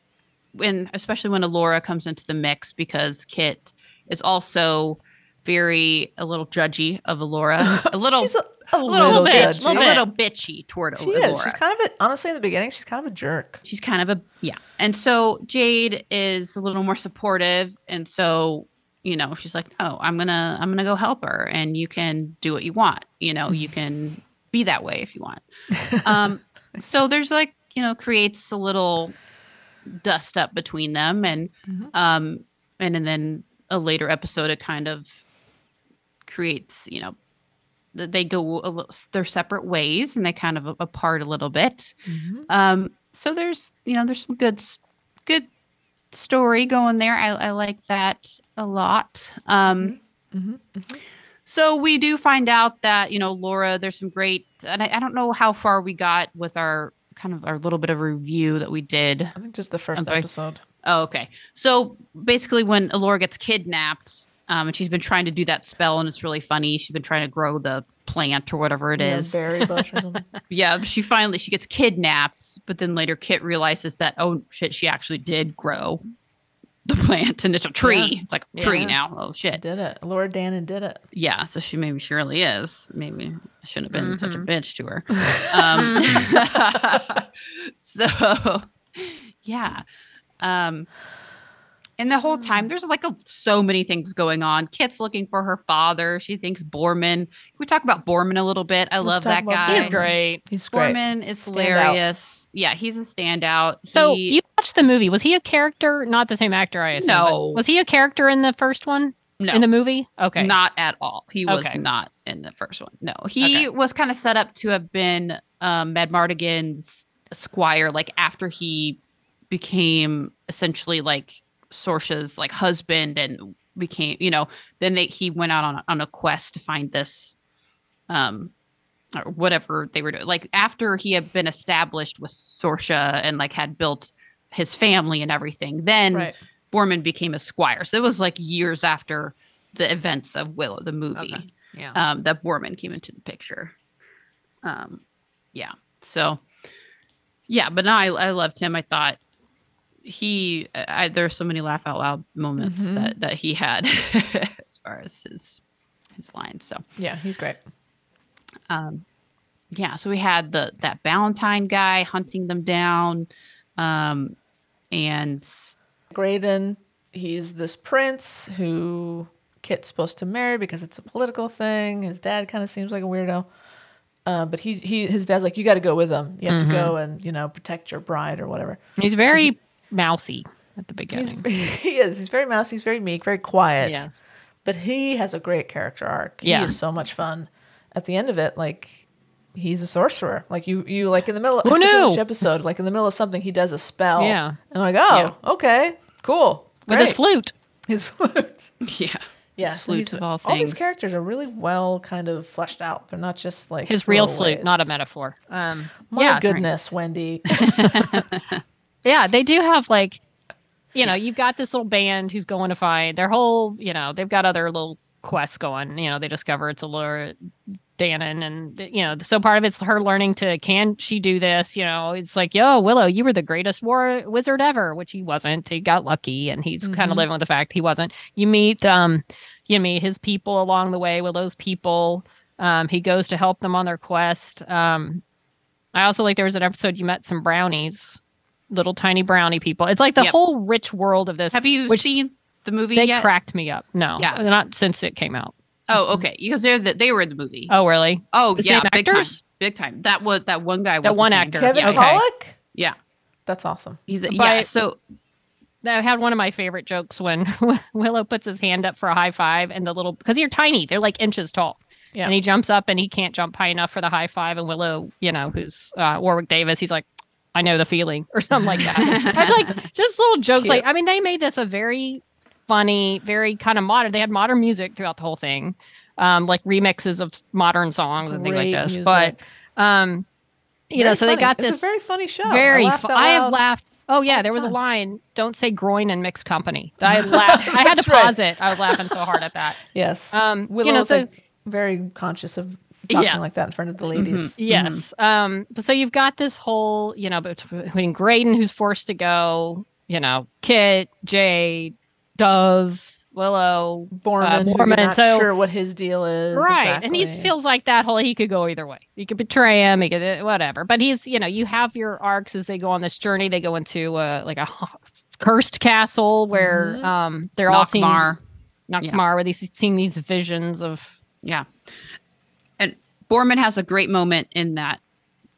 when especially when Alora comes into the mix because Kit is also very a little judgy of Alora, a little,
She's a, a
a
little,
little, bit,
judgy.
a
bit.
little bitchy toward
She
Alora.
is. She's kind of a, honestly in the beginning, she's kind of a jerk.
She's kind of a yeah. And so Jade is a little more supportive and so you know, she's like, "Oh, I'm going to I'm going to go help her and you can do what you want. You know, you can be that way if you want." Um so there's like, you know, creates a little dust up between them and
Mhm.
um and, and then a later episode it kind of creates, you know, th- they go a little, their separate ways and they kind of a- apart a little bit. Um, so there's you know there's some good s- good story going there. I, I like that a lot. Um, So we do find out that you know Laura, there's some great, and I, I don't know how far we got with our kind of our little bit of review that we did.
I think just the first
sorry.
episode.
Oh, okay. So basically, when Laura gets kidnapped, um, and she's been trying to do that spell, and it's really funny. She's been trying to grow the plant or whatever it is.
Yeah, Berry bush or something.
Yeah, she finally she gets kidnapped, but then later Kit realizes that oh shit, she actually did grow the plant and it's a tree. It's like a tree
Yeah.
now. Oh shit.
did it. Laura Dannon did it.
Yeah, so she maybe she really is. Maybe I shouldn't have been such a
Mm-hmm.
bitch to her. Um, so yeah. Um And the whole
Mm.
time, there's like a, so many things going on. Kit's looking for her father. She thinks Borman. We talk about Borman a little bit. I love
talk
that
about
guy.
He's
I-
great.
He's great.
Borman is
Standout.
hilarious. Yeah, he's a standout.
So
He-
you watched the movie. Was he a character? Not the same actor, I assume. but
No.
Was he a character in the first one?
no,
In the movie? Okay.
not at all. He was
Okay.
not in the first one. No, he
Okay.
was kind of set up to have been um, Mad Mardigan's squire, like after he became essentially like Sorsha's like husband and became, you know, then they he went out on on a quest to find this, um, or whatever they were doing. Like after he had been established with Sorsha and like had built his family and everything, then
Right.
Borman became a squire. So it was like years after the events of Willow, the movie,
Okay. Yeah.
um, that Borman came into the picture. Um, yeah. So, yeah, but no, I, I loved him. I thought he, I, there's so many laugh out loud moments
Mhm.
that, that he had as far as his, his lines. So,
Yeah, he's great.
um, yeah, so we had the that Valentine guy hunting them down, um, and
Graydon, he's this prince who Kit's supposed to marry because it's a political thing. His dad kind of seems like a weirdo. Uh, but he, he his dad's like, you got to go with him. You have to
Mm-hmm.
go and, you know, protect your bride or whatever.
He's very mousy at the
He's,
beginning.
he is. He's very mousy. He's very meek, very quiet.
Yes.
But he has a great character arc.
Yeah.
He is so much fun. At the end of it, like, he's a sorcerer. Like, you, you like, in the middle I
Who
think of
knew?
each episode, like, in the middle of something, he does a spell.
Yeah.
And I'm like, oh, okay, cool.
With
great.
his flute.
His flute.
yeah,
Yeah,
His
so
flutes
he's-
of all
these
things.
characters are really well kind of fleshed out. They're not just like
His real flute,
throwaways.
not a metaphor. Um,
My
yeah, they're-
goodness, Wendy.
yeah, they do have like, you know, you've got this little band who's going to find their whole, you know, they've got other little quests going. You know, they discover it's a lure Dannon and you know, so part of it's her learning to can she do this? You know, it's like, yo, Willow, you were the greatest war wizard ever, which he wasn't. He got lucky and he's
Mm-hmm.
kind of living with the fact he wasn't. You meet um you meet his people along the way, Willow's people. Um, he goes to help them on their quest. Um, I also like there was an episode you met some brownies, little tiny brownie people. It's like the
Yep.
whole rich world of this.
Have you
which
seen the movie
They
yet?
cracked me up. No,
Yeah.
not since it came out.
Oh, okay. Because they're the, they were in the movie. Oh,
Oh, really? the
yeah,
same
big time,
actors?
big time. That was that one guy. Was
That
the
one
same.
actor,
Kevin
Yeah,
okay.
Pollak?
yeah.
That's awesome.
He's a,
By-
yeah. So
I had one of my favorite jokes when Willow puts his hand up for a high five, and the little because you're tiny, they're like inches tall.
Yeah.
And he jumps up and he can't jump high enough for the high five. And Willow, you know, who's uh, Warwick Davis, he's like, I know the feeling or something like that. I was like just little jokes. Like, I mean, they made this a very funny, very kind of modern. They had modern music throughout the whole thing, um, like remixes of modern songs and things like
Great
this.
music.
But, um, you know,
Very
so
funny.
they got
It's
this
a very funny show.
very. Oh, I,
I, laughed out
I have
loud.
laughed. Oh yeah,
the
there was a
time.
line. Don't say groin and mixed company. I laughed. I had to
That's right.
pause it. I was laughing so hard at that.
Yes.
Um, you
Willow
know,
was,
so-
like, very conscious of talking
Yeah.
like that in front of the
Mm-hmm.
ladies.
Yes. Um. but So you've got this whole, you know, between Graydon, who's forced to go, you know, Kit, Jay, Dove, Willow,
Borman, who
Uh, Borman,
you're not
so-
sure what his deal is.
right and he
exactly.
feels like that whole he could go either way you could betray him he could eh, whatever but he's you know you have your arcs as they go on this journey they go into uh like a h- cursed castle where
Mhm.
um they're all seeing
Nockmar.
Nakmar,
Yeah.
where they're seeing these visions of
Yeah. And Borman has a great moment in that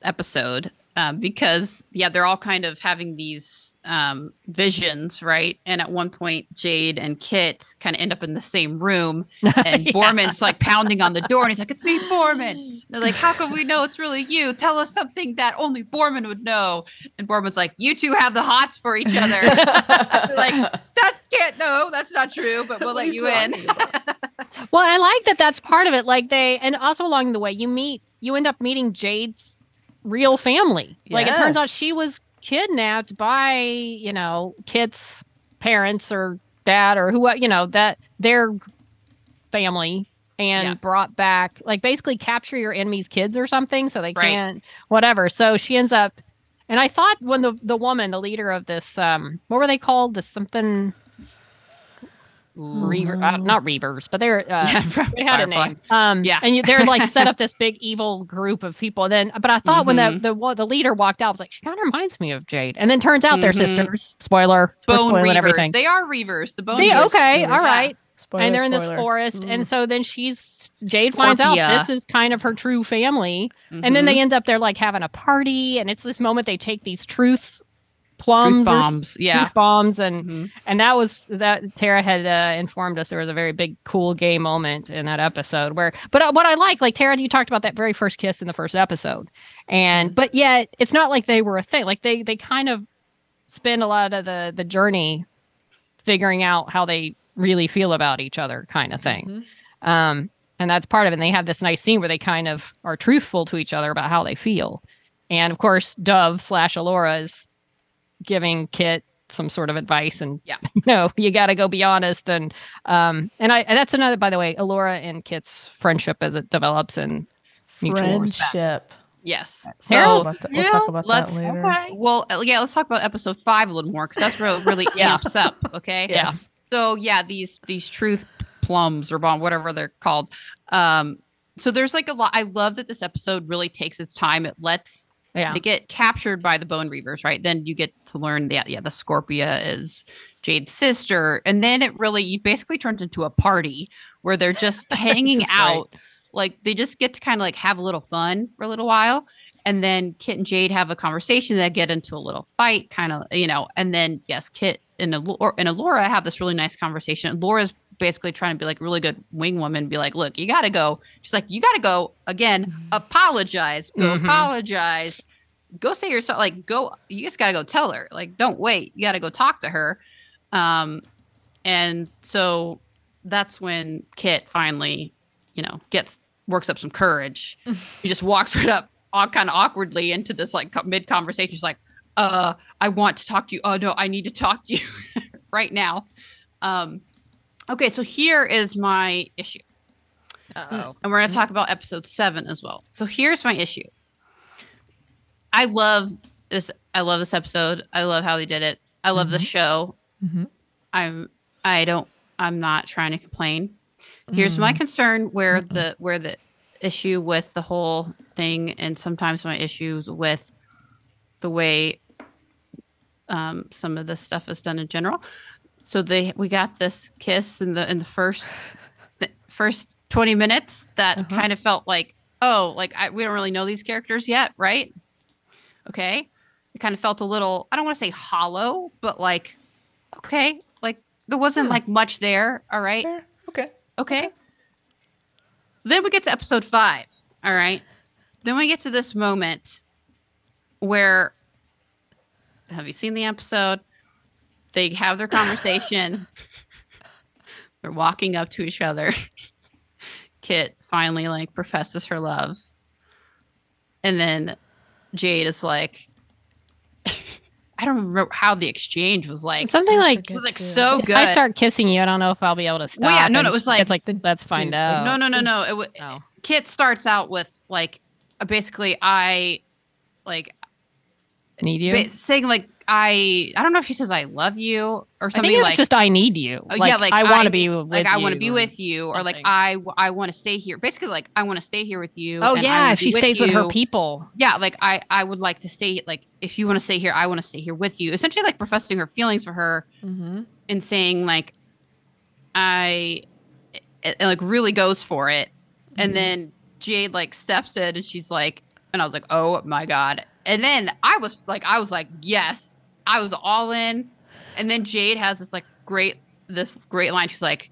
episode um, because, yeah, they're all kind of having these um, visions, right? And at one point, Jade and Kit kind of end up in the same room, and Borman's like pounding on the door, and he's like, It's me, Borman. And they're like, How can we know it's really you? Tell us something that only Borman would know. And Borman's like, You two have the hots for each other. They're like, That can't, no, that's not true, but we'll
What are
let
you
you in.
talking
well i like that that's part of it like they and also along the way you meet you end up meeting jade's real family like it turns out
Yes.
she was kidnapped by you know kit's parents or dad or who you know that their family and
Yeah.
brought back like basically capture your enemy's kids or something so they
Right.
can't whatever so she ends up and i thought when the the woman the leader of this um what were they called the something reaver, uh, not reavers, but they're uh,
Yeah, from
they had
Firefly.
a name. Um,
Yeah.
and you, they're like set up this big evil group of people. And then, but I thought when the
Mhm.
the wa- the leader walked out, I was like, she kind of reminds me of Jade. And then turns out they're
Mhm.
sisters. Spoiler, we're
Bone
spoiling
reavers.
everything.
They are reavers. The bone.
See,
reavers.
okay,
Reavers.
all right.
Spoiler,
and they're in this
spoiler.
forest,
Mm.
and so then she's Jade finds out
Mm-hmm. Scorpia.
this is kind of her true family,
Mm-hmm.
and then they end up there like having a party, and it's this moment they take these truth plums,
Truth
or s-
bombs, yeah.
truth bombs, and
Mhm.
and that was that Tara had uh, informed us there was a very big cool gay moment in that episode where, but uh, what I like, like Tara, you talked about that very first kiss in the first episode, and but yet it's not like they were a thing, like they they kind of spend a lot of the the journey figuring out how they really feel about each other kind of thing um and that's part of it and they have this nice scene where they kind of are truthful to each other about how they feel and of course dove slash alora is giving kit some sort of advice and
Yeah.
you know you got to go be honest and um and i and that's another by the way alora and kit's friendship as it develops and mutual respect.
Friendship.
Yes.
We'll
So
talk about that-
yeah,
we'll talk about
let's-
that later.
Well, uh, yeah, let's talk about episode five a little more because that's where it really amps up. Okay.
Yes.
So yeah, these these truth plums or bomb, whatever they're called. Um, so there's like a lot. I love that this episode really takes its time. It lets
yeah
they get captured by the bone reavers, right? Then you get to learn that yeah, the Scorpia is Jade's sister, and then it really it basically turns into a party where they're just hanging
is great.
out. Like they just get to kind of like have a little fun for a little while, and then Kit and Jade have a conversation. They get into a little fight, kind of you know, and then yes, Kit and Alora, and Alora have this really nice conversation. And Laura's basically trying to be like a really good wing woman, be like, look, you got to go. She's like, you got to go again. Apologize, go
Mhm.
apologize go say yourself like go you just gotta go tell her like don't wait you gotta go talk to her um and so that's when kit finally you know gets works up some courage he just walks right up all kind of awkwardly into this like co- mid conversation she's like uh i want to talk to you oh no i need to talk to you right now um okay so here is my issue
Uh-oh.
and we're going to talk about episode seven as well. So here's my issue. I love this. I love this episode. I love how they did it. I love the show.
Mhm.
I'm. I don't. I'm not trying to complain. Here's my concern where the where the issue with the whole thing, and sometimes my issues with the way um, some of this stuff is done in general. So they we got this kiss in the in the first the first 20 minutes that kind of felt like oh like I, we don't really know these characters yet, right? Okay, it kind of felt a little I don't want to say hollow, but like okay, like there wasn't like much there. All right,
Fair. Okay.
Okay. Then we get to episode five. All right. Then we get to this moment where have you seen the episode? They have their conversation. They're walking up to each other. Kit finally like professes her love. And then Jade is like I don't remember how the exchange was like.
something like
it
forget.
was like
Good.
so
if
Oh, good.
I start kissing you. I don't know if I'll be able to stop.
Well, yeah, no, no,
and
it was like-
it's like
the-
let's find
dude, like,
out.
No, no, no, no. It w-
Oh.
Kit starts out with like uh, basically I like
need you.
ba- saying like I I don't know if she says I love you or
I
something
think it was
like
just I need you.
Oh,
like,
yeah, like
I want
I-
to be with
like I want to
you,"
be
or-
with you or like
something.
I w- I want to stay here. Basically like I want to stay here with you.
Oh
and I
yeah,
wanna
if
be
she stays with her
you.
people.
Yeah, like I I would like to stay like if you want to stay here, I want to stay here with you. Essentially like professing her feelings for her
Mm-hmm.
and saying like I it, it, like really goes for it. And then Jade like steps in and she's like and I was like, "Oh my god." And then I was like I was like, "Yes." I was all in. And then Jade has this like great this great line. She's like,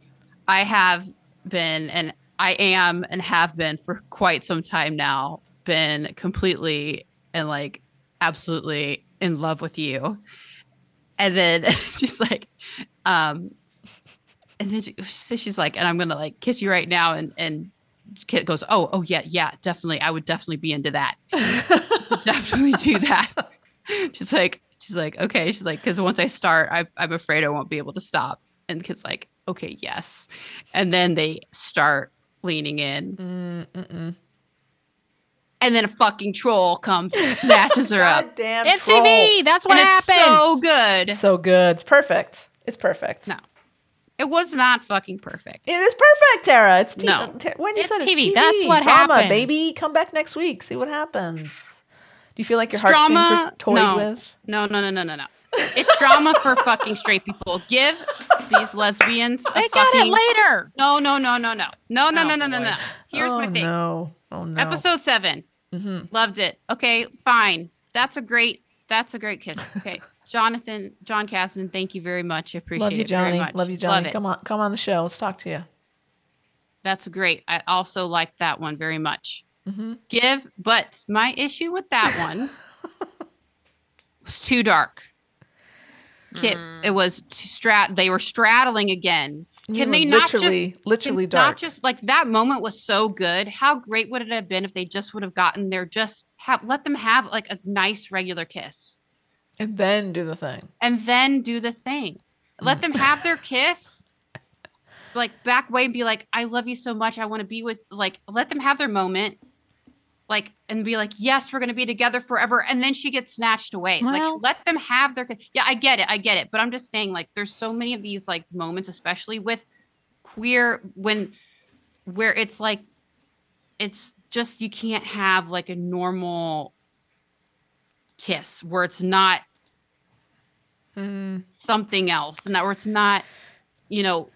"I have been and I am and have been for quite some time now been completely and like absolutely in love with you." And then she's like, um, and then she, so she's like, and I'm gonna like kiss you right now, and and Kit goes, oh, oh yeah, yeah, definitely, I would definitely be into that, Would definitely do that. She's like, she's like, okay, she's like, because once I start, I, I'm afraid I won't be able to stop. And Kit's like, okay, yes, and then they start leaning in,
Mm-mm.
and then a fucking troll comes, and snatches her up.
God damn
It's
troll.
TV. That's what
and
happened.
It's so good.
So good. It's perfect. It's perfect.
No. It was not fucking perfect.
It is perfect, Tara. It's t-
No.
Ta- when you
It's
said
TV.
It's TV.
That's what
drama,
happens.
baby. Come back next week. See what happens. Do you feel like your
It's
heartstrings were
drama-
toyed
no.
with?
No, no, no, no, no, no. It's drama for fucking straight people. Give these lesbians a
They got it
fucking
later.
No, no, no, no, no. No, no,
Oh,
no, no, no,
boy.
no. Here's
oh,
my thing.
No. Oh no. Mm-hmm.
Episode 7 Loved it. Okay, fine. That's a great. That's a great kiss. Okay, Jonathan, John Caston, thank you very much. I appreciate
Love you,
it very
Johnny.
much.
Love you, Johnny.
it.
come on, come on the show. Let's talk to you.
That's great. I also like that one very much.
Mm-hmm.
Give, but my issue with that one was too dark. Kit, It was too strat. They were straddling again.
Mm. You
Can
were
they not
literally-
just
literally
can Not
dark.
just like that moment was so good. How great would it have been if they just would have gotten there? Just have let them have like a nice regular kiss,
And then do the thing.
and then do the thing. Let them have their kiss, like back way and be like, "I love you so much. I want to be with." Like, let them have their moment, like, and be like, "Yes, we're gonna be together forever." And then she gets snatched away.
Well-
like, let them have their. kiss. Yeah, I get it. I get it. But I'm just saying, like, there's so many of these like moments, especially with queer when where it's like it's just you can't have like a normal kiss where it's not Mm. something else and that where it's not you know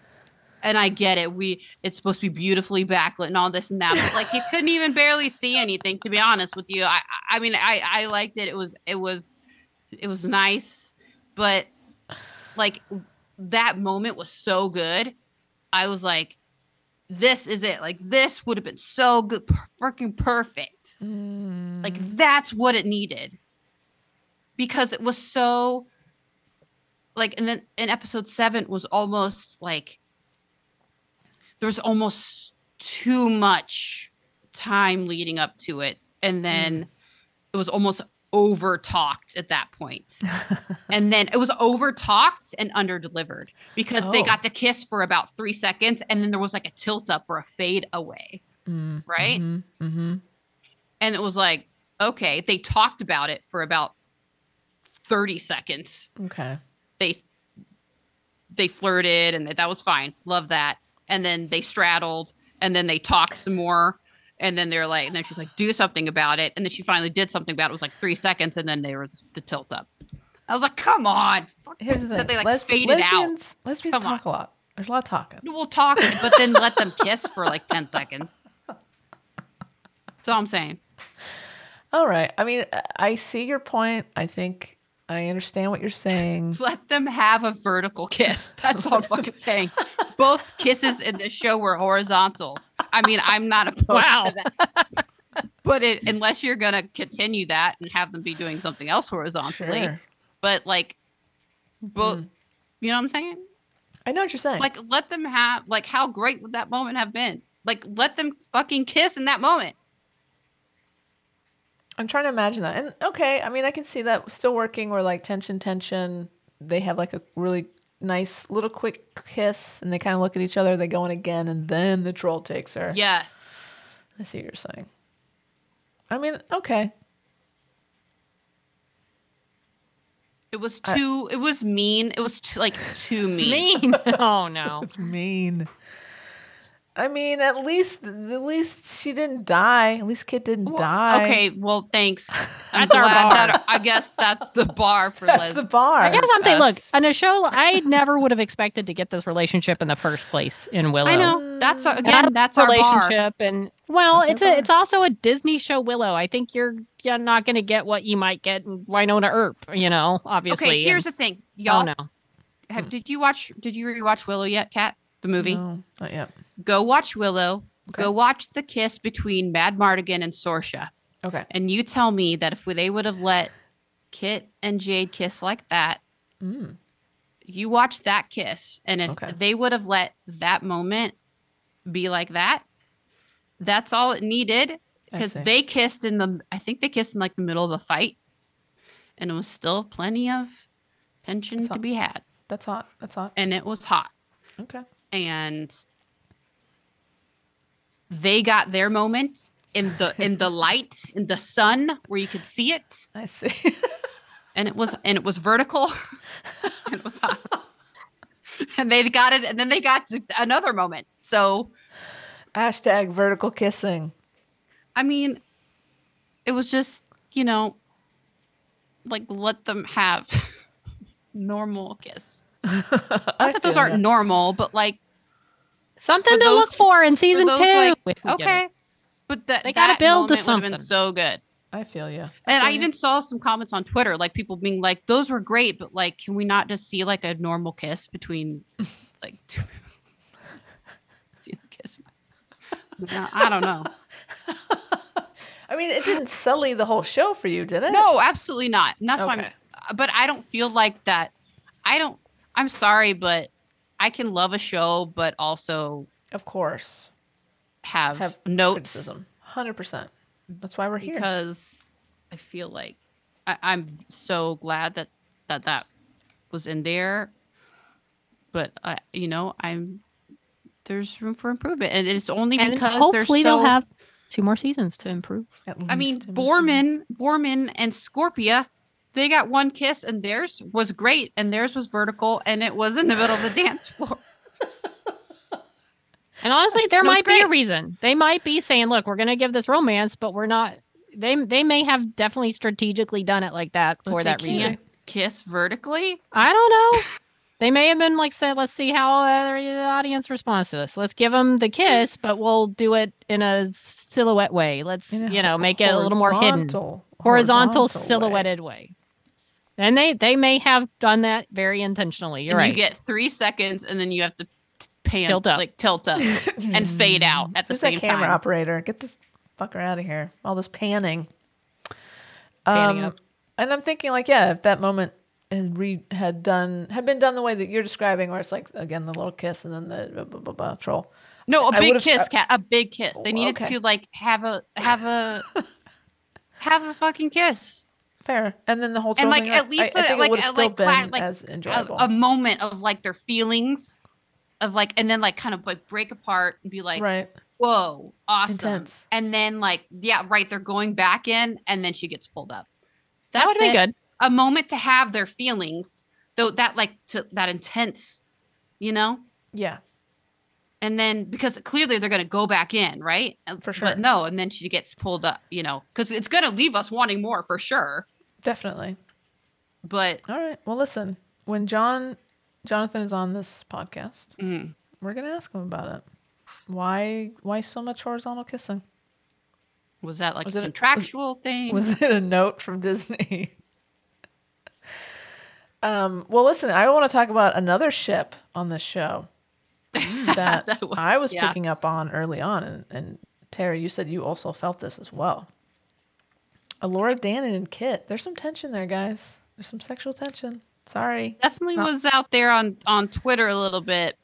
and i get it we it's supposed to be beautifully backlit and all this and that but like you couldn't even barely see anything to be honest with you i i mean i i liked it it was it was it was nice but like that moment was so good i was like this is it like this would have been so good per- freaking perfect like that's what it needed because it was so like and then in episode seven was almost like there was almost too much time leading up to it and then it was almost over talked at that point and then it was over talked and under delivered because they
Oh.
got to kiss for about three seconds and then there was like a tilt up or a fade away
Mm.
right
Mm-hmm.
and it was like okay they talked about it for about 30 seconds
Okay.
they they flirted and that was fine love that and then they straddled and then they talked some more and then they're like and then she's like do something about it and then she finally did something about it it was like three seconds and then there was the tilt up i was like come on fuck
Here's the thing.
that they like
Lesb-
faded out
lesbians, Lesbians
Come on.
talk a lot. There's a lot of talking.
we'll talk but then let them kiss for like 10 seconds that's all i'm saying
All right. I mean, I- I see your point. I think I understand what you're saying.
let them have a vertical kiss. That's all I'm fucking saying. Both kisses in this show were horizontal. I mean, I'm not opposed
Wow.
to that. But it, unless you're going to continue that and have them be doing something else horizontally,
Sure. Hmm.
but like, both, you know what I'm saying?
I know what you're saying.
Like, let them have, like, how great would that moment have been? Like, let them fucking kiss in that moment.
I'm trying to imagine that. And okay, I mean, I can see that still working where like tension, tension. They have like a really nice little quick kiss and they kind of look at each other. They go in again and then the troll takes her.
Yes.
I see what you're saying. I mean, okay.
It was
I-
too, it was mean. It was too, like, too
Mean. Oh no.
It's mean. I mean, at least, at least she didn't die. At least Kit didn't
Well,
die.
Okay, well, thanks. I'm
That's our
glad
bar.
that- I guess that's the bar for
That's the
Liz.
bar.
I guess something. Look,
Us.
on a show, I never would have expected to get this relationship in the first place in Willow.
I know. That's our,
And I
again.
love
That's our bar.
relationship, and well,
That's
it's
our
a,
bar.
it's also a Disney show. Willow, I think you're, you're not going to get what you might get in Winona Earp. You know, obviously.
Okay,
and-
here's the thing,
oh
y'all.
no,
have, did you watch? Did you rewatch Willow yet, Kat? The movie.
No, not yet.
Go watch Willow.
Okay.
Go watch the kiss between Mad Mardigan and Sorsha,
Okay.
and you tell me that if they would have let Kit and Jade kiss like that,
Mm.
you watch that kiss, and if
Okay.
they would have let that moment be like that, that's all it needed.
I
because
see.
they kissed in the I think they kissed in like the middle of a fight, and it was still plenty of tension
That's
to
hot.
be had,
That's hot. That's hot.
and it was hot,
Okay.
and they got their moment in the in the light in the sun where you could see it,
I see.
and it was and it was vertical, and it was hot. and they got it, and then they got to another moment. So
Hashtag vertical kissing.
I mean, it was just you know, like let them have normal kiss.
I
Not that those
feel
aren't
that.
normal, but like
Something
For
to
those-
look for in season
those,
two.
like,
if we get it.
okay, but that
They gotta
that
build to
moment would've Been
something.
so good.
I feel you.
And I
feel
even saw some comments on Twitter, like people being like, "Those were great, but like, can we not just see like a normal kiss between, like, two... see the kiss?" No, I don't know.
I mean, it didn't sully the whole show for you, did it?
No, absolutely not. And that's why.
Okay.
I'm, uh, but I don't feel like that. I don't. I'm sorry, but I can love a show, but also
Of course.
have,
Have
notes
Criticism. 100%. That's why we're here.
because I feel like I, I'm so glad that that that was in there. But I, you know, I'm there's room for improvement, and it's only
And
because
hopefully
they're so,
they'll have two more seasons to improve.
At
I mean,
least in this
Borman, Borman, and Scorpia, they got one kiss, and theirs was great, and theirs was vertical, and it was in the middle of the dance floor.
And honestly, there
That was
might be a
great.
reason. They might be saying, "Look, we're going to give this romance, but we're not." They they may have definitely strategically done it like that
But
for
they
that reason.
can't.
Kiss vertically?
I don't know. they may have been like, "said Let's see how uh, the audience responds to this. Let's give them the kiss, but we'll do it in a silhouette way. Let's
In a
you know make it a little more hidden, horizontal,
horizontal- way.
silhouetted way." And they they may have done that very intentionally. You're
and
right.
you get three seconds, and then you have to t- pan,
Tilt up.
like tilt up, and fade out at the
Who's
same
that camera
time.
operator? Get this fucker out of here. All this panning. Um,
Panning up.
And I'm thinking, like, yeah, if that moment had, re- had done had been done the way that you're describing, where it's like again the little kiss and then the blah, blah, blah, blah, troll.
No, a
I
big
would've-
kiss, cat. A big kiss.
Oh,
They needed
okay.
to like have a have a have a fucking kiss.
Fair. And then the whole
And,
troll
like,
thing,
at
I-
least
I,
a-
think it
like-
would
a-
have still
like, cla-
been
like,
as
a,
enjoyable.
a moment of like their feelings of like and then like kind of like break apart and be like
right.
whoa awesome
Intense.
and then like yeah right they're going back in and then she gets pulled up
that would
That's
be
it.
good.
a moment to have their feelings though that like to that intense you know
Yeah.
and then because clearly they're going to go back in right Uh,
For sure.
but no and then she gets pulled up you know because it's going to leave us wanting more for sure
Definitely.
but
All right. Well, listen. When John Jonathan is on this podcast,
mm,
we're gonna ask him about it. Why? Why so much horizontal kissing?
was that like
Was
a
it a- was-
contractual thing
Was it a note from Disney? um, well, listen, I want to talk about another ship on this show that,
That was-
I was
yeah.
picking up on early on. And, and Tara, you said you also felt this as well. Alora, Dannon, and Kit. There's some tension there, guys. There's some sexual tension. Sorry.
definitely
Not-
was out there on on Twitter a little bit.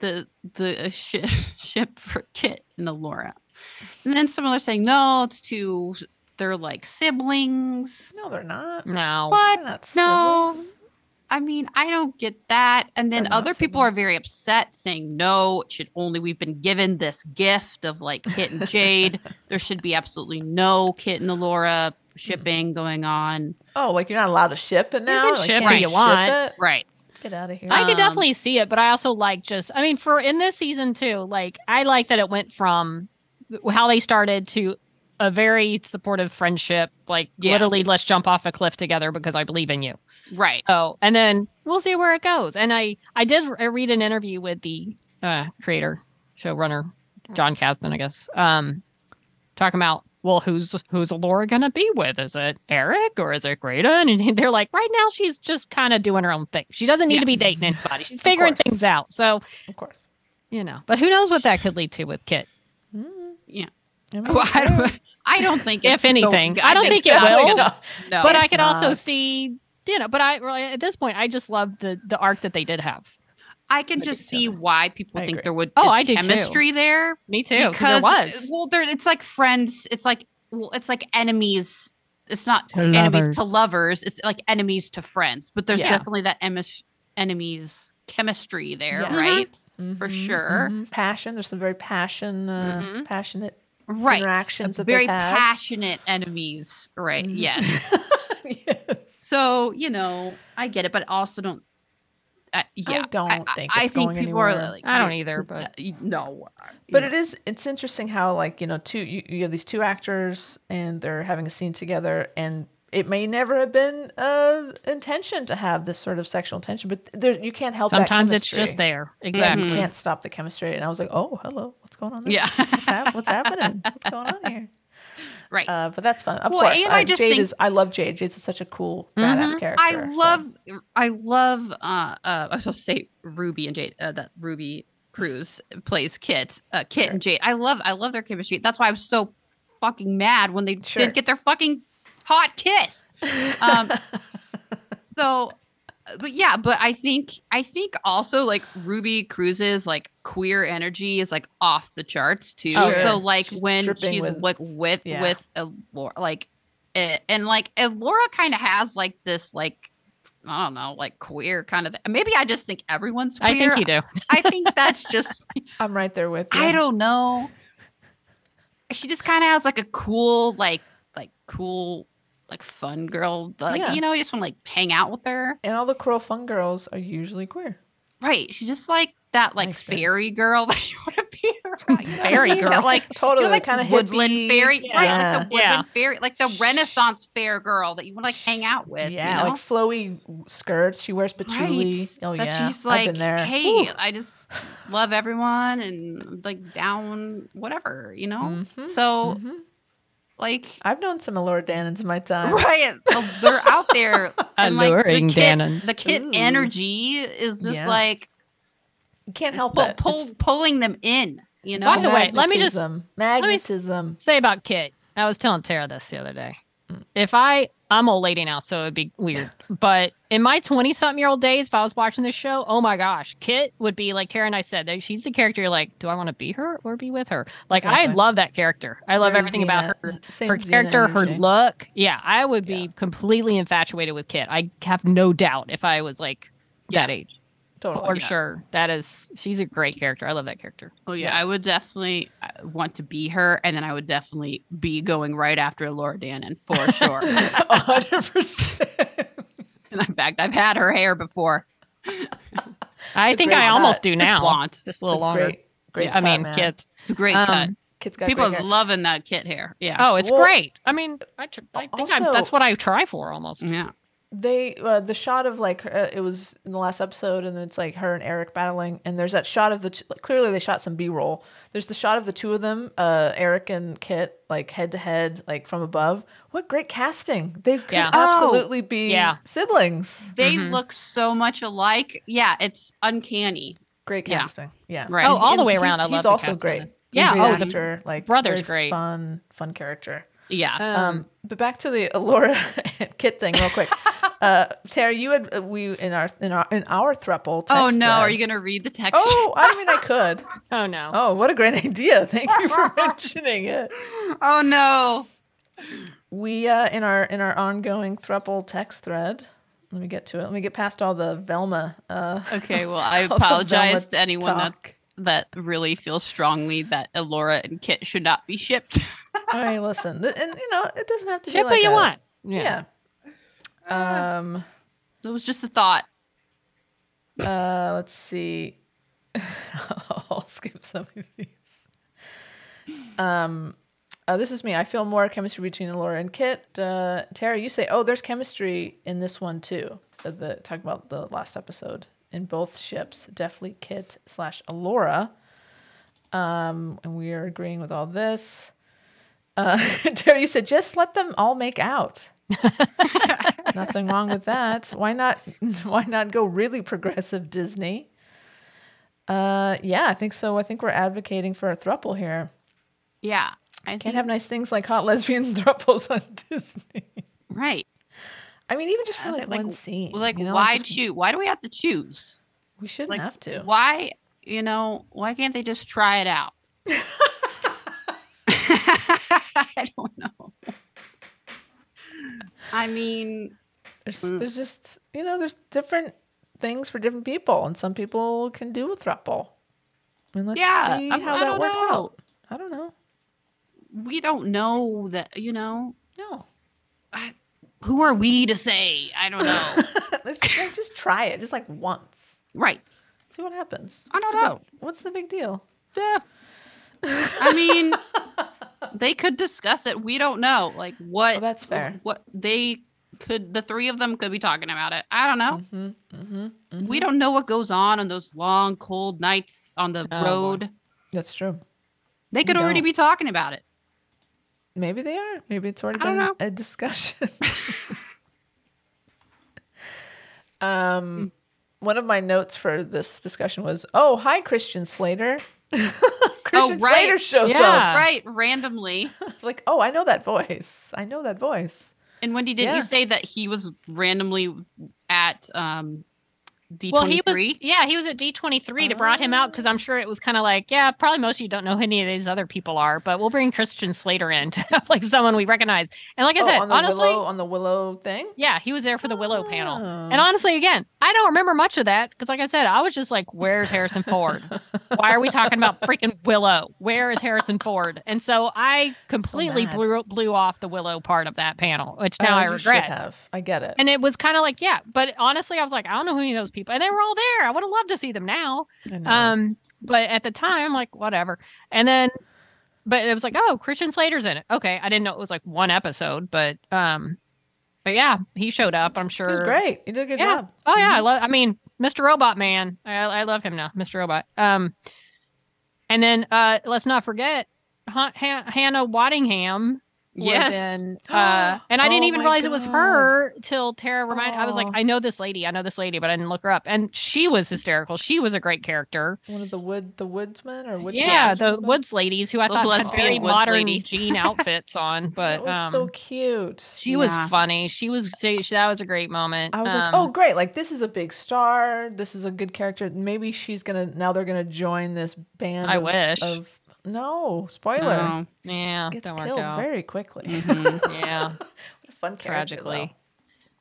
The the ship ship for Kit and Alora, and then some are saying no, it's too. They're like siblings.
No, they're not.
No.
What?
They're not
No.
siblings.
I mean, I don't get that. And then
They're not
other people are very upset, saying no, it should only we've been given this gift of like Kit and Jade. there should be absolutely no Kit and Alora shipping going on.
Oh, like you're not allowed to ship it now?
can
Like,
ship
can't
who you want.
it?
Right.
Get out of here.
I
Um,
could definitely see it, but I also like just, I mean, for in this season too, like I like that it went from how they started to a very supportive friendship, like
Yeah.
literally, let's jump off a cliff together because I believe in you.
Right.
Oh, and then we'll see where it goes. And I, I did re- read an interview with the uh, creator, showrunner,
Mm.
John Kasdan, I guess, um, talking about. Well, who's who's Laura gonna be with? Is it Eric or is it Greta? And they're like, right now she's just kind of doing her own thing. She doesn't need
Yeah.
to be dating anybody. She's figuring
course.
things out. So
Of course.
you know, but who knows what that could lead to with Kit?
Yeah.
Mm-hmm. I mean,
Well, I don't, I don't think
If
it's going-
anything. I don't think it
it's
will,
gonna- no.
but I
Oh, it's
could also
not.
see, you know, but I really, at this point I just love the the arc that they did have.
I can
Look
just
at each
see why people
I
think
agree.
there would
Oh,
is
I do too.
chemistry there
Me too, because there was.
uh, well, there it's like friends. It's like well, it's like enemies. It's not
To
enemies to
lovers.
lovers. It's like enemies to friends. But there's
Yeah.
definitely that emis- enemies chemistry there,
Yeah.
right?
Uh-huh.
For
Mhm,
sure.
mhm. Passion. There's some very passion, uh,
Mhm.
passionate.
Right.
Interactions that they've
very
had.
passionate enemies. Right.
Mm-hmm.
Mhm.
Yes.
yes.
So, you know, I get it, but I also don't uh, yeah,
don't think
I
it's
think
going
people are
anywhere.
like,
I don't either, but
uh, no.
But it is it's interesting how like, you know, two you, you have these two actors and they're having a scene together and it may never have been uh intention to have this sort of sexual tension, but there you can't help that
sometimes it's
chemistry. Mm-hmm.
just there.
Yeah,
Exactly.
You can't stop the chemistry. And I was like, oh, hello. What's going on there?
Mm-hmm. Yeah.
What's, hap- what's happening? What's going on here?
right.
Uh, but that's fun. Of
Well,
course.
and
I,
I just
Jade
think- Mm-hmm.
is, I love Jade. Jade's such a cool, badass character.
I
so-
love, I love. Uh, uh, I was supposed to say Ruby and Jade. Uh, that Ruby Cruz plays Kit. Uh, Kit and Jade. I love, I love their chemistry. That's why I was so fucking mad when they
Sure.
didn't get their fucking hot kiss. Um, so, but yeah, but I think, I think also like Ruby Cruz's like queer energy is like off the charts too.
Oh,
so
sure.
like when
dripping
she's
with-
like with
Yeah.
with a Laura, like eh, and like if Laura kind of has like this like I don't know like queer kind of maybe I just think everyone's queer.
I think you do.
I think that's just
I'm right there with you.
I don't know. She just kind of has like a cool like like cool like fun girl like
Yeah.
you know you just want to like hang out with her
And all the Coral Fun girls are usually queer.
right she's just like that like
Makes sense.
fairy girl that you want to be around you know what I
Fairy
mean? That,
girl.
like
Totally.
You're like
kind of
woodland fairy, right?
Yeah.
Like the
Yeah.
woodland fairy, like the Renaissance fair girl that you want to like hang out with.
yeah,
you know?
like flowy skirts. She wears patchouli.
Right.
Oh
That
yeah,
she's like,
I've been there.
hey,
Ooh.
I just love everyone and like down whatever, you know.
Mhm.
So
Mhm.
like,
I've known some Laura Dannons in my time.
right, they're out there. and, like, the
Alluring
kid,
Dannons.
The kid
Ooh.
energy is just
Yeah.
like
You can't help
pull,
it.
pull,
It's
pulling them in. You know,
By the way, let me just-
magnetism.
me s-
magnetism.
say about Kit. I was telling Tara this the other day. If I I'm old lady now, so it'd be weird. But in my 20 something year old days, if I was watching this show, oh my gosh, Kit would be like Tara and I said, that she's the character you're like, do I want to be her or be with her? Like I
Exactly.
love that character. I love
Very
everything about
Xena-
her.
same
her
Xena
character, her
energy.
look. Yeah, I would be completely infatuated with Kit. I have no doubt if I was like that age. For
Totally.
sure. That is she's a great character. I love that character.
Oh yeah, I would definitely uh, want to be her, and then I would definitely be going right after Laura Dannon for sure. and
100%.
in fact, I've had her hair before.
I think
great
I almost
cut.
do
Just
now.
blonde.
Just a little longer.
Great, great
Yeah, I
cut,
mean,
man.
kids.
It's a great
Um,
cut.
Kids got
People
great
are
hair.
loving that kit hair. Yeah.
Oh, it's
Well-
great. I mean, I, tr- I think I,
Also-
that's what I try for almost.
Mm-hmm.
yeah.
they uh, the shot of like her- uh, it was in the last episode and it's like her and eric battling and there's that shot of the t- like, clearly they shot some b-roll there's the shot of the two of them uh eric and kit like head to head like from above what great casting they could
Yeah.
Oh,
absolutely be
yeah.
siblings
They
Mhm.
look so much alike. Yeah, it's uncanny.
great
Yeah.
casting yeah,
Right.
Oh, all the
And
way
he's-
around. I love
he's
the
also
cast in
great
this.
yeah
Yeah,
great
oh, the
actor like
brother's
very
great.
fun fun character
Yeah.
Um, but back to the Alora and Kit thing, real quick. uh, Tara, you had uh, we in our in our in our thruple. Text
oh no, are
thread-
you gonna read the text?
Oh, I mean, I could.
oh no.
Oh, what a great idea! Thank you for mentioning it.
oh no.
We uh, in our in our ongoing thruple text thread. Let me get to it. Let me get past all the Velma. Uh,
Okay, well, I
all the
apologize
Velma
to anyone that's
talk.
that really feels strongly that Elora and Kit should not be shipped.
All right, listen, Th- and you know it doesn't have to
Ship
be
what
like
you
a-
want.
Yeah. Um.
it was just a thought.
Uh, let's see. I'll skip some of these. Um, uh, this is me. I feel more chemistry between Laura and Kit. Uh, Tara, you say, "Oh, there's chemistry in this one too." Uh, the talking about the last episode in both ships, definitely Kit slash Laura. Um, and we are agreeing with all this. Uh, Tara, you said, "Just let them all make out." Nothing wrong with that. Why not? Why not go really progressive Disney? Uh, yeah, I think so. I think we're advocating for a thruple here.
Yeah. I
Can't
think-
have nice things like hot lesbian thruples on Disney.
right.
I mean, even just for
I was
like, one scene.
Like,
you know,
why
just-
choose? Why do we have to choose?
we shouldn't
Like,
have to.
Why, you know, why can't they just try it out? I don't know. I mean,
There's, there's just you know, there's different things for different people, and some people can do a thruple. And let's
Yeah,
see
I'm-
how
I
that
don't
works
know.
out. I don't know.
we don't know that, you know,
No,
who are we to say? I don't know.
let's like, just try it, just like once.
Right.
See what happens.
I
What's
don't
the
know.
big- What's the big deal?
Yeah. I mean, they could discuss it. We don't know. Like what?
Well, that's fair.
What they could, the three of them could be talking about it. I don't know.
Mm-hmm,
We don't know what goes on on those long, cold nights on the
Oh, boy.
road.
That's true.
They could already
don't.
be talking about it.
Maybe they are. Maybe it's already
I don't
been
know.
a discussion. um, one of my notes for this discussion was, "Oh, hi, Christian Slater." Christian
right.
Slater shows
Oh, Yeah.
Right, randomly.
up. Like, oh, I know that voice. I know that voice.
And Wendy, did
Yeah.
you say that he was randomly at um, D23?
Well, he was yeah, he was at D23 that brought him
Ah.
out because I'm sure it was kind of like yeah, probably most of you don't know who any of these other people are, but we'll bring Christian Slater in to have like someone we recognize. And like I
oh,
said,
on the
honestly,
willow on the willow thing.
yeah, he was there for the Willow panel.
Oh.
And honestly, again, I don't remember much of that because like I said, I was just like, where's Harrison Ford? Why are we talking about freaking Willow? Where is Harrison Ford? And so I completely
mad.
blew blew off the Willow part of that panel, which now
Oh,
I
you should
regret.
Have. I get it.
And it was kind of like, yeah, but honestly, I was like, I don't know who any of those people, and they were all there. I would have loved to see them now.
I know.
Um, but at the time, I'm like, whatever. And then, but it was like, oh, Christian Slater's in it. Okay, I didn't know it was like one episode, but um, but yeah, he showed up. I'm sure.
it was great. You did a good
er, Yeah.
job. Mm-hmm.
Oh yeah, I love. I mean, Mr. Robot Man. I, I love him now, Mr. Robot. Um, and then uh, let's not forget Han- Han- Hannah Waddingham was
Yes.
in, uh, and I didn't
Oh
even
my
realize it was
God.
her till Tara reminded. I was like,
Oh.
I know this lady, I know this lady, but I didn't look her up. And she was hysterical. She was a great character.
One of the wood, the woodsmen or woodsmen.
yeah, the woods ladies who I
Those
thought had
lesbian
very
woods
modern
lady.
jean outfits on, but
That was
um,
so cute.
she was
Yeah.
funny. She was she, that was a great moment.
I was
Um,
like, oh, great. Like, this is a big star. This is a good character. Maybe she's going to, now they're going to join this band.
I
of-
wish.
Of, no, spoiler.
No.
yeah,
Gets
that worked
killed
out.
very quickly.
Mhm.
yeah,
what a fun character.
tragically.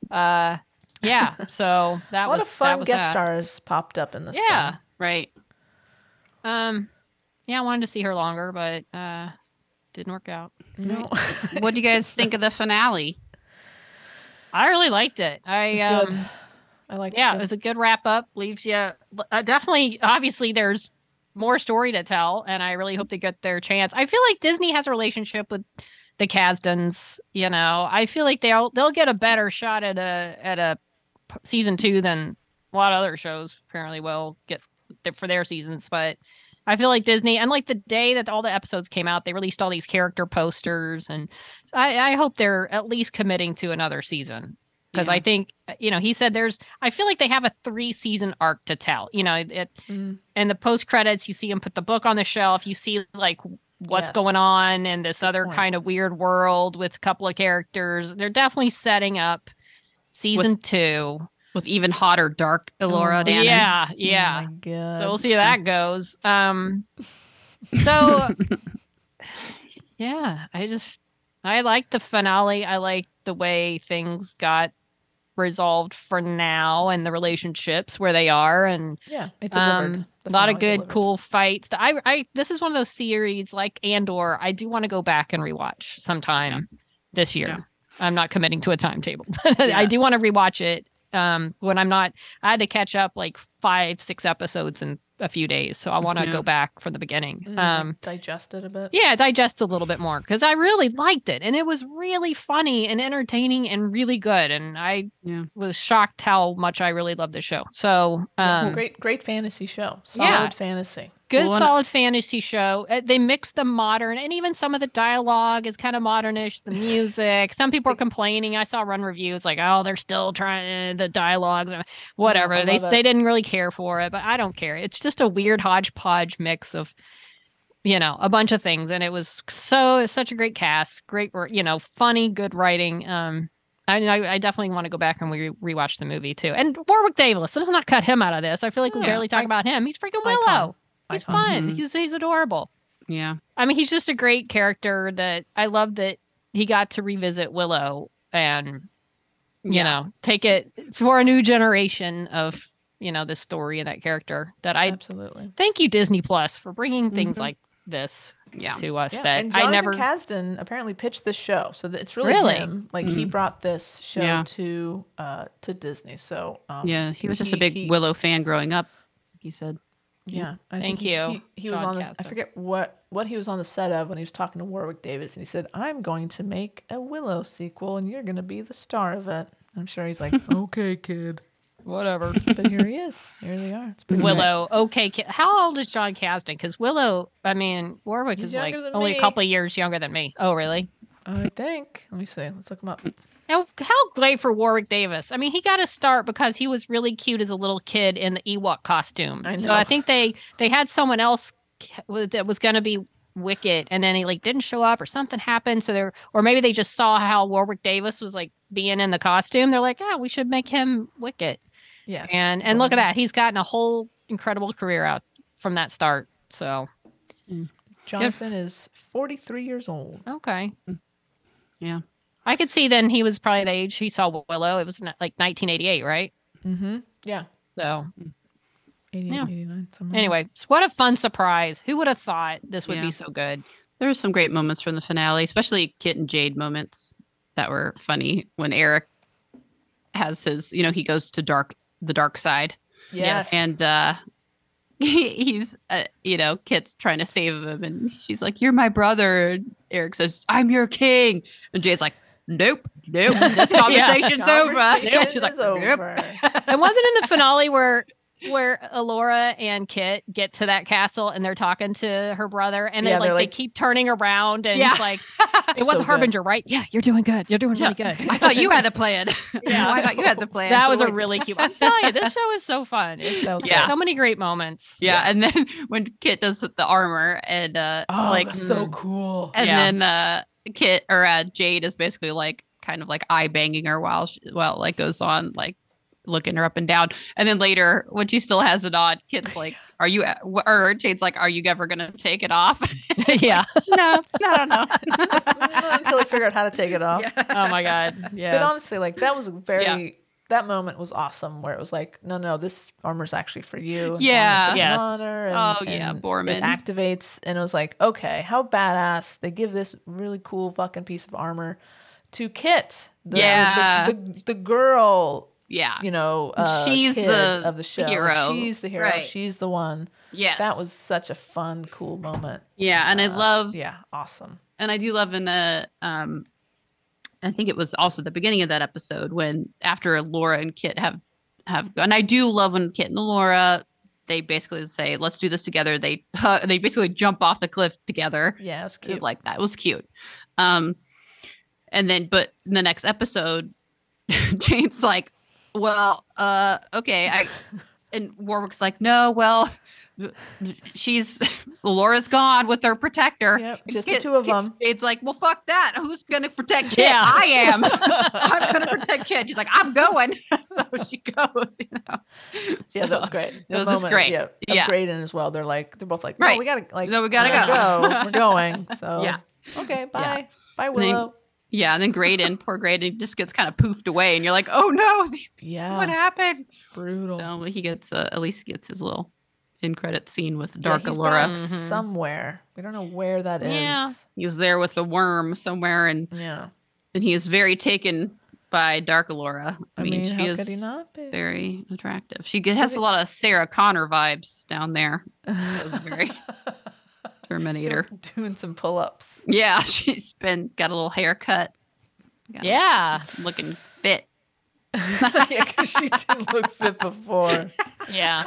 Tragically.
Uh, yeah. So that
A lot
was
of
that
fun
was
guest
that.
stars popped up in this.
Yeah.
thing.
right.
Um, yeah, I wanted to see her longer, but uh, didn't work out.
No.
What do you guys think of the finale?
I really liked it. I
It's good.
um,
I like
yeah,
it.
it
too.
was a good wrap up. Leaves you uh, definitely, obviously, there's more story to tell, and I really hope they get their chance. I feel like Disney has a relationship with the Kasdans. You know, I feel like they'll they'll get a better shot at a at a p- season two than a lot of other shows apparently will get th- for their seasons, but. I feel like Disney, and like the day that all the episodes came out, they released all these character posters, and I, I hope they're at least committing to another season because
Yeah.
I think you know he said there's I feel like they have a three season arc to tell. You know, it
Mm.
and the post credits you see him put the book on the shelf, you see like what's
Yes.
going on in this other
point.
kind of weird world with a couple of characters. They're definitely setting up season two.
With even hotter, dark Elora
Oh,
Dannon.
Yeah,
Oh
yeah.
my God.
so we'll see how that goes. Um so yeah, I just I like the finale. I like the way things got resolved for now and the relationships where they are and
yeah. It delivered.
um, a
The
lot
finale
of good,
delivered.
cool fights. I, I, this is one of those series like Andor. I do want to go back and rewatch sometime this year.
Yeah.
I'm not committing to a timetable, but I
Yeah.
do want to rewatch it. Um, when I'm not, I had to catch up like five, six episodes in a few days, so I want to
Yeah. Mm-hmm.
go back from the beginning.
Mm,
Um,
digest it a bit.
yeah, digest a little bit more because I really liked it and it was really funny and entertaining and really good. And I
Yeah.
was shocked how much I really loved the show. So,
Yeah,
um,
great, great fantasy show. Solid
Yeah.
fantasy.
good
Well, and-
solid fantasy show Uh, they mix the modern and even some of the dialogue is kind of modernish the music some people are complaining i saw run reviews like oh they're still trying eh, the dialogue uh, whatever
I
they,
love it.
they didn't really care for it but i don't care it's just a weird hodgepodge mix of you know a bunch of things and it was so it's such a great cast great wor- you know funny good writing um I, I I definitely want to go back and we re- rewatch the movie too. And Warwick Davis, let's not cut him out of this. I feel like we
Yeah,
barely talk
I-
about him. He's freaking
Icon.
Willow. He's
Icon.
fun.
Mhm.
He's he's adorable.
Yeah.
I mean, he's just a great character that I love that he got to revisit Willow and you
Yeah.
know take it for a new generation of you know this story and that character. That I
Absolutely.
thank you Disney Plus for bringing things
Mhm.
like this
Yeah.
to us
mm-hmm. Yeah,
that
and
I
Jonathan
never.
Kasdan apparently pitched this show, so that it's really,
Really?
him. Like he brought this show
Mm-hmm. Yeah.
to uh, to Disney. So um,
Yeah, he was just a
He-
big
he-
Willow fan growing up. He said,
yeah. I
Thank
he's-
you,
He, he was
John
on. The, I
Kasdan.
forget what what he was on the set of when he was talking to Warwick Davis, and he said, "I'm going to make a Willow sequel, and you're going to be the star of it." I'm sure he's like, "Okay, kid,"
whatever.
but here he is. Here they are. It's pretty
Willow, okay. Ki- How old is John Kasdan? Because Willow, I mean, Warwick
He's
is like
younger than
only
me.
a couple of years younger than me. Oh, really?
I think. Let me see. Let's look him up.
Now, how great for Warwick Davis. I mean, he got a start because he was really cute as a little kid in the Ewok costume.
I
So
know.
I think they they had someone else ca- that was going to be Wicket, and then he like didn't show up or something happened. So they're or maybe they just saw how Warwick Davis was like being in the costume. They're like, yeah, we should make him Wicket.
Yeah.
And and look at that, he's gotten a whole incredible career out from that start. So
Jonathan is 43 years old.
okay.
"Yeah,
I could see then he was probably the age he saw Willow. It was n- like 1988, right?
Mm-hmm. Yeah.
So
88,
Yeah.
89, something. like
anyway, so what a fun surprise! Who would have thought this would
Mm-hmm. Yeah.
be so good?
there were some great moments from the finale, especially Kit and Jade moments that were funny when Eric has his, you know, he goes to dark the dark side,
that. Yes.
and uh, he's, uh, you know, Kit's trying to save him, and she's like, "You're my brother." And Eric says, "I'm your king," and Jade's like, "Nope, nope, this conversation's over."
Conversation
She's like,
is
"Nope."
over.
And wasn't in the finale where where Alora and Kit get to that castle and they're talking to her brother, and they
Yeah,
like,
they're like-
they keep turning around and
Yeah.
it's like it was
So
a harbinger, right? Yeah, you're doing good. You're doing really
Yeah.
good.
I thought you had a plan.
Yeah.
I thought you had the plan.
That was a
Wait.
really cute. I'm telling you, this show is so fun. It's
That was
Yeah.
so many great moments.
Yeah, and then when Kit does the armor and uh
Oh,
like
that's so cool.
and
Yeah.
then uh Kit or uh, Jade is basically like kind of like eye banging her while she, while it like goes on like looking her up and down. And then later when she still has it on, Kit's like, "Are you a- wh- or Jade's like, "Are you ever going to take it off?"
yeah.
no, no, no.
Until I figure out how to take it off.
Oh my god. Yeah.
But honestly, like that was a very that moment was awesome where it was like, no, no, this armor's actually for you. and
Yeah.
Borman puts it
Yes.
on her and-
Oh, yeah,
and
Borman.
It activates and it was like, okay, how badass. They give this really cool fucking piece of armor to Kit. The,
Yeah.
The, the, the girl,
Yeah.
you know, uh,
She's
kid
the
of the show. Like,
hero.
She's the hero.
Right.
She's the one.
Yes.
That was such a fun, cool moment.
Yeah, and I
Uh,
love
Yeah, awesome.
and I do love in a um I think it was also the beginning of that episode when after Laura and Kit have have and I do love when Kit and Laura they basically say let's do this together they they basically jump off the cliff together
Yeah, it was cute.
like that It was cute um and then but in the next episode Jane's like well uh okay I and Warwick's like no well she's Laura's gone with her protector
Yep, just the two of them.
it's like, well, fuck that. Who's gonna protect Kit?
Yeah.
I am. I'm gonna protect Kit. She's like, I'm going. so she goes. You know.
Yeah, that was
So-
great.
was just great.
Yeah, of
Yeah.
Graydon as well. They're like, they're both like, no,
Right.
we gotta like,
No, we gotta
we're gonna go. We're going. So
Yeah.
okay, bye, bye,
then-
Willow.
Yeah, and then Graydon, poor Graydon, just gets kind of poofed away, and you're like, oh no,
yeah,
what happened?
brutal.
So he gets uh, at least gets his little end credit scene with
Yeah,
Dark Mm-hmm.
he's
Allura.
back somewhere. We don't know where that is.
Yeah.
He's there with the worm somewhere, and
Yeah.
and he is very taken by Dark Allura.
I mean,
she
how
is
could he not be?
very attractive. She g- has a lot of Sarah Connor vibes down there. That was very Terminator.
Doing some pull-ups.
Yeah, she's been got a little haircut. Got a-
Yeah.
looking fit.
yeah, because she didn't look fit before.
Yeah.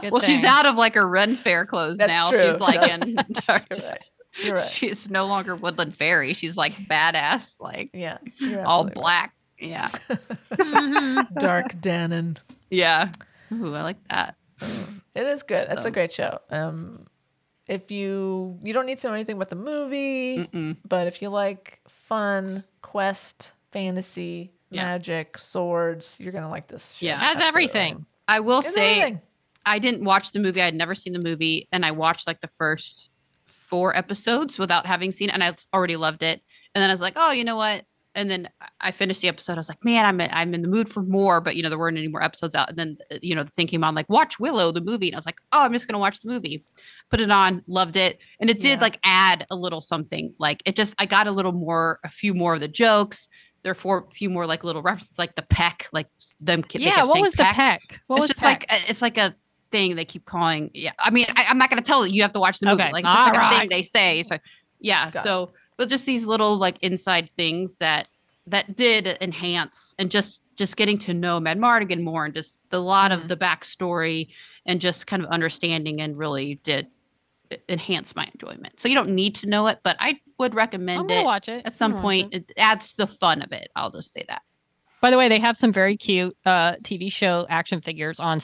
Good
well, she's
thing.
out of like her run fair clothes
That's
now.
true.
She's like in
You're right. You're right.
she's no longer Woodland Fairy. She's like badass, like
Yeah. You're
all
absolutely
black. Yeah,
right. Dark Dannon.
yeah. Ooh, I like that.
It is good. It's a
Um,
great show. Um, if you you don't need to know anything about the movie,
Mm-mm.
but if you like fun quest, fantasy,
Yeah.
magic, swords, you're gonna like this. Show.
Yeah.
Has
Absolutely.
everything.
I will
It's
say.
everything.
I didn't watch the movie. I had never seen the movie, and I watched like the first four episodes without having seen it, and I already loved it. And then I was like, oh, you know what? and then I- I finished the episode. I was like, man, I'm I'm in the mood for more, but you know there weren't any more episodes out. And then uh, you know the thing came on like watch Willow the movie, and I was like, oh, I'm just gonna watch the movie. Put it on, loved it, and it did
Yeah.
like add a little something. Like it just I got a little more, a few more of the jokes. There Therefore, a few more like little references, like the peck, like them. ki- they
yeah,
kept
what
saying
was the peck? What
it's
was
just
peck?
like a- it's like a thing they keep calling. Yeah, I mean, I, I'm not gonna tell you. You have to watch the movie.
Okay,
Like it's just like a thing
alright.
they say. So yeah,
Got
so but just these little like inside things that that did enhance and just just getting to know Mad Mardigan more and just the lot
Mm-hmm.
of the backstory and just kind of understanding and really did e- enhance my enjoyment. So you don't need to know it, but I would
I'm
recommend
gonna
it
watch it I'm
at some
gonna watch
point.
it.
It adds to the fun of it. I'll just say that.
By the way, they have some very cute uh, TV show action figures on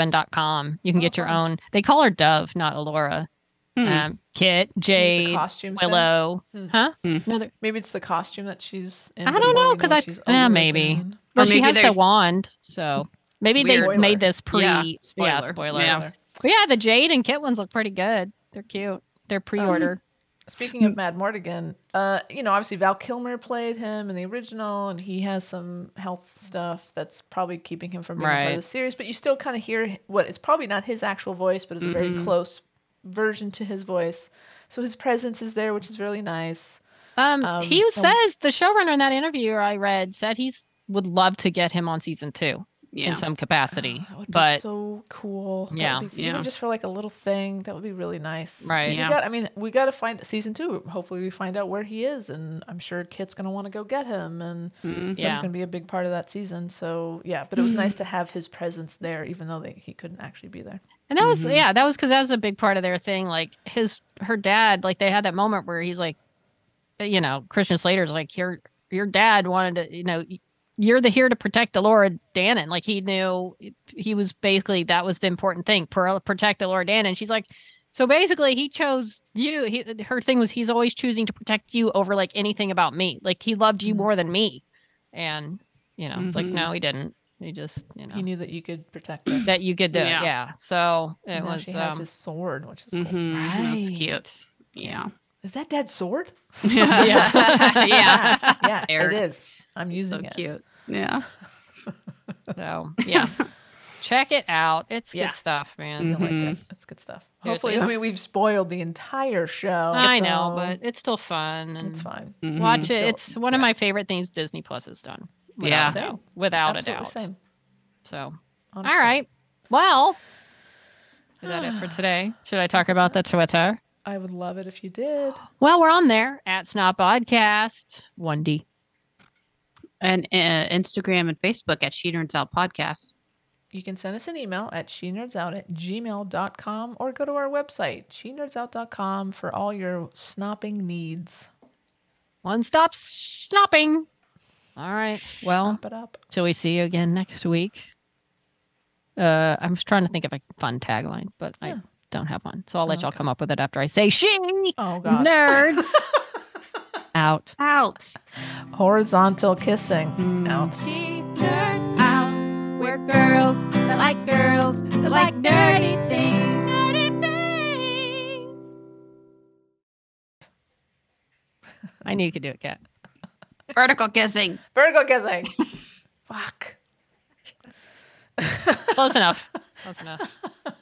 super7.com. You can get your own. They call her Dove, not Alora.
Hmm.
Um, Kit,
Maybe it's a
Jade,
costume thing?
Willow,
Hmm.
huh?
Hmm.
No, they're-
Maybe it's the costume that she's in.
I don't know, 'cause I- yeah, maybe. well, she
maybe
has
they-
the wand, so maybe
Weird.
they made this pre.
Yeah,
Yeah, spoiler. Yeah,
spoiler. Yeah.
But yeah, the Jade and Kit ones look pretty good. They're cute. They're pre-order.
Speaking of Mad Mortigan, uh, you know, obviously Val Kilmer played him in the original, and he has some health stuff that's probably keeping him from being a part
Right.
of the series. But you still kind of hear what it's probably not his actual voice, but it's a very close version to his voice. So his presence is there, which is really nice.
Um,
Um,
he
um,
says the showrunner in that interview I read said he's would love to get him on season two
Yeah.
in some capacity,
That would be
but
so cool. That
Yeah,
would be, even
yeah.
just for like a little thing, that would be really nice. 'Cause
Right.
we
Yeah.
got- I mean, we got to find season two. Hopefully, we find out where he is, and I'm sure Kit's gonna want to go get him, and
Mhm.
Yeah.
that's gonna be a big part of that season. So yeah, but it was nice to have his presence there, even though they, he couldn't actually be there.
And that was yeah, that was because that was a big part of their thing. Like his her dad, like they had that moment where he's like, uh, you know, Christian Slater's like your your dad wanted to, you know, you're the here to protect Laura Dannon. Like he knew he was basically that was the important thing, pro- protect Laura Dannon. She's like, so basically he chose you. He, her thing was he's always choosing to protect you over like anything about me. Like he loved you more than me, and you know, it's like
Mhm.
no, he didn't. He just you know
He knew that you could protect him.
that you could do. it,
Yeah.
Yeah. So it
And now
was.
she has
um,
his sword, which is cool.
Mm-hmm. That's
Right.
cute. Yeah.
Is that dad's sword?
Yeah. yeah.
yeah,
Aired.
it is. I'm
So
using it.
cute. Yeah.
So yeah, check it out. It's
Yeah.
good stuff, man.
I like
Mhm.
it. That's good stuff.
It
Hopefully, I
is.
mean, we've spoiled the entire show.
I know,
so
but it's still fun. And
it's fine.
Mhm.
Watch it. It's
Still-
one of my favorite things Disney Plus has done. Without
Yeah.
a doubt. without
Absolutely
a doubt.
Same.
So all
100%.
right. Well, is that it for today? Should I talk about the Twitter?
I would love it if you did.
Well, we're on there at Snot Podcast One D.
And uh, Instagram and Facebook at She Nerds Out Podcast.
You can send us an email at shenerdsout at gmail.com or go to our website, shenerdsout.com, for all your snopping needs.
One stop snopping. All right. Well.
Wrap it up.
Till we see you again next week. Uh, I'm just trying to think of a fun tagline, but
Yeah.
I don't have one. So I'll let y'all come up with it after I say she
Oh, God.
nerds out.
Out.
Horizontal kissing. Out.
She nerds out. We're girls that like girls that like nerdy things. Nerdy things.
I knew you could do it, Kat.
Vertical kissing.
Virgo kissing. Fuck.
Close enough. Close enough.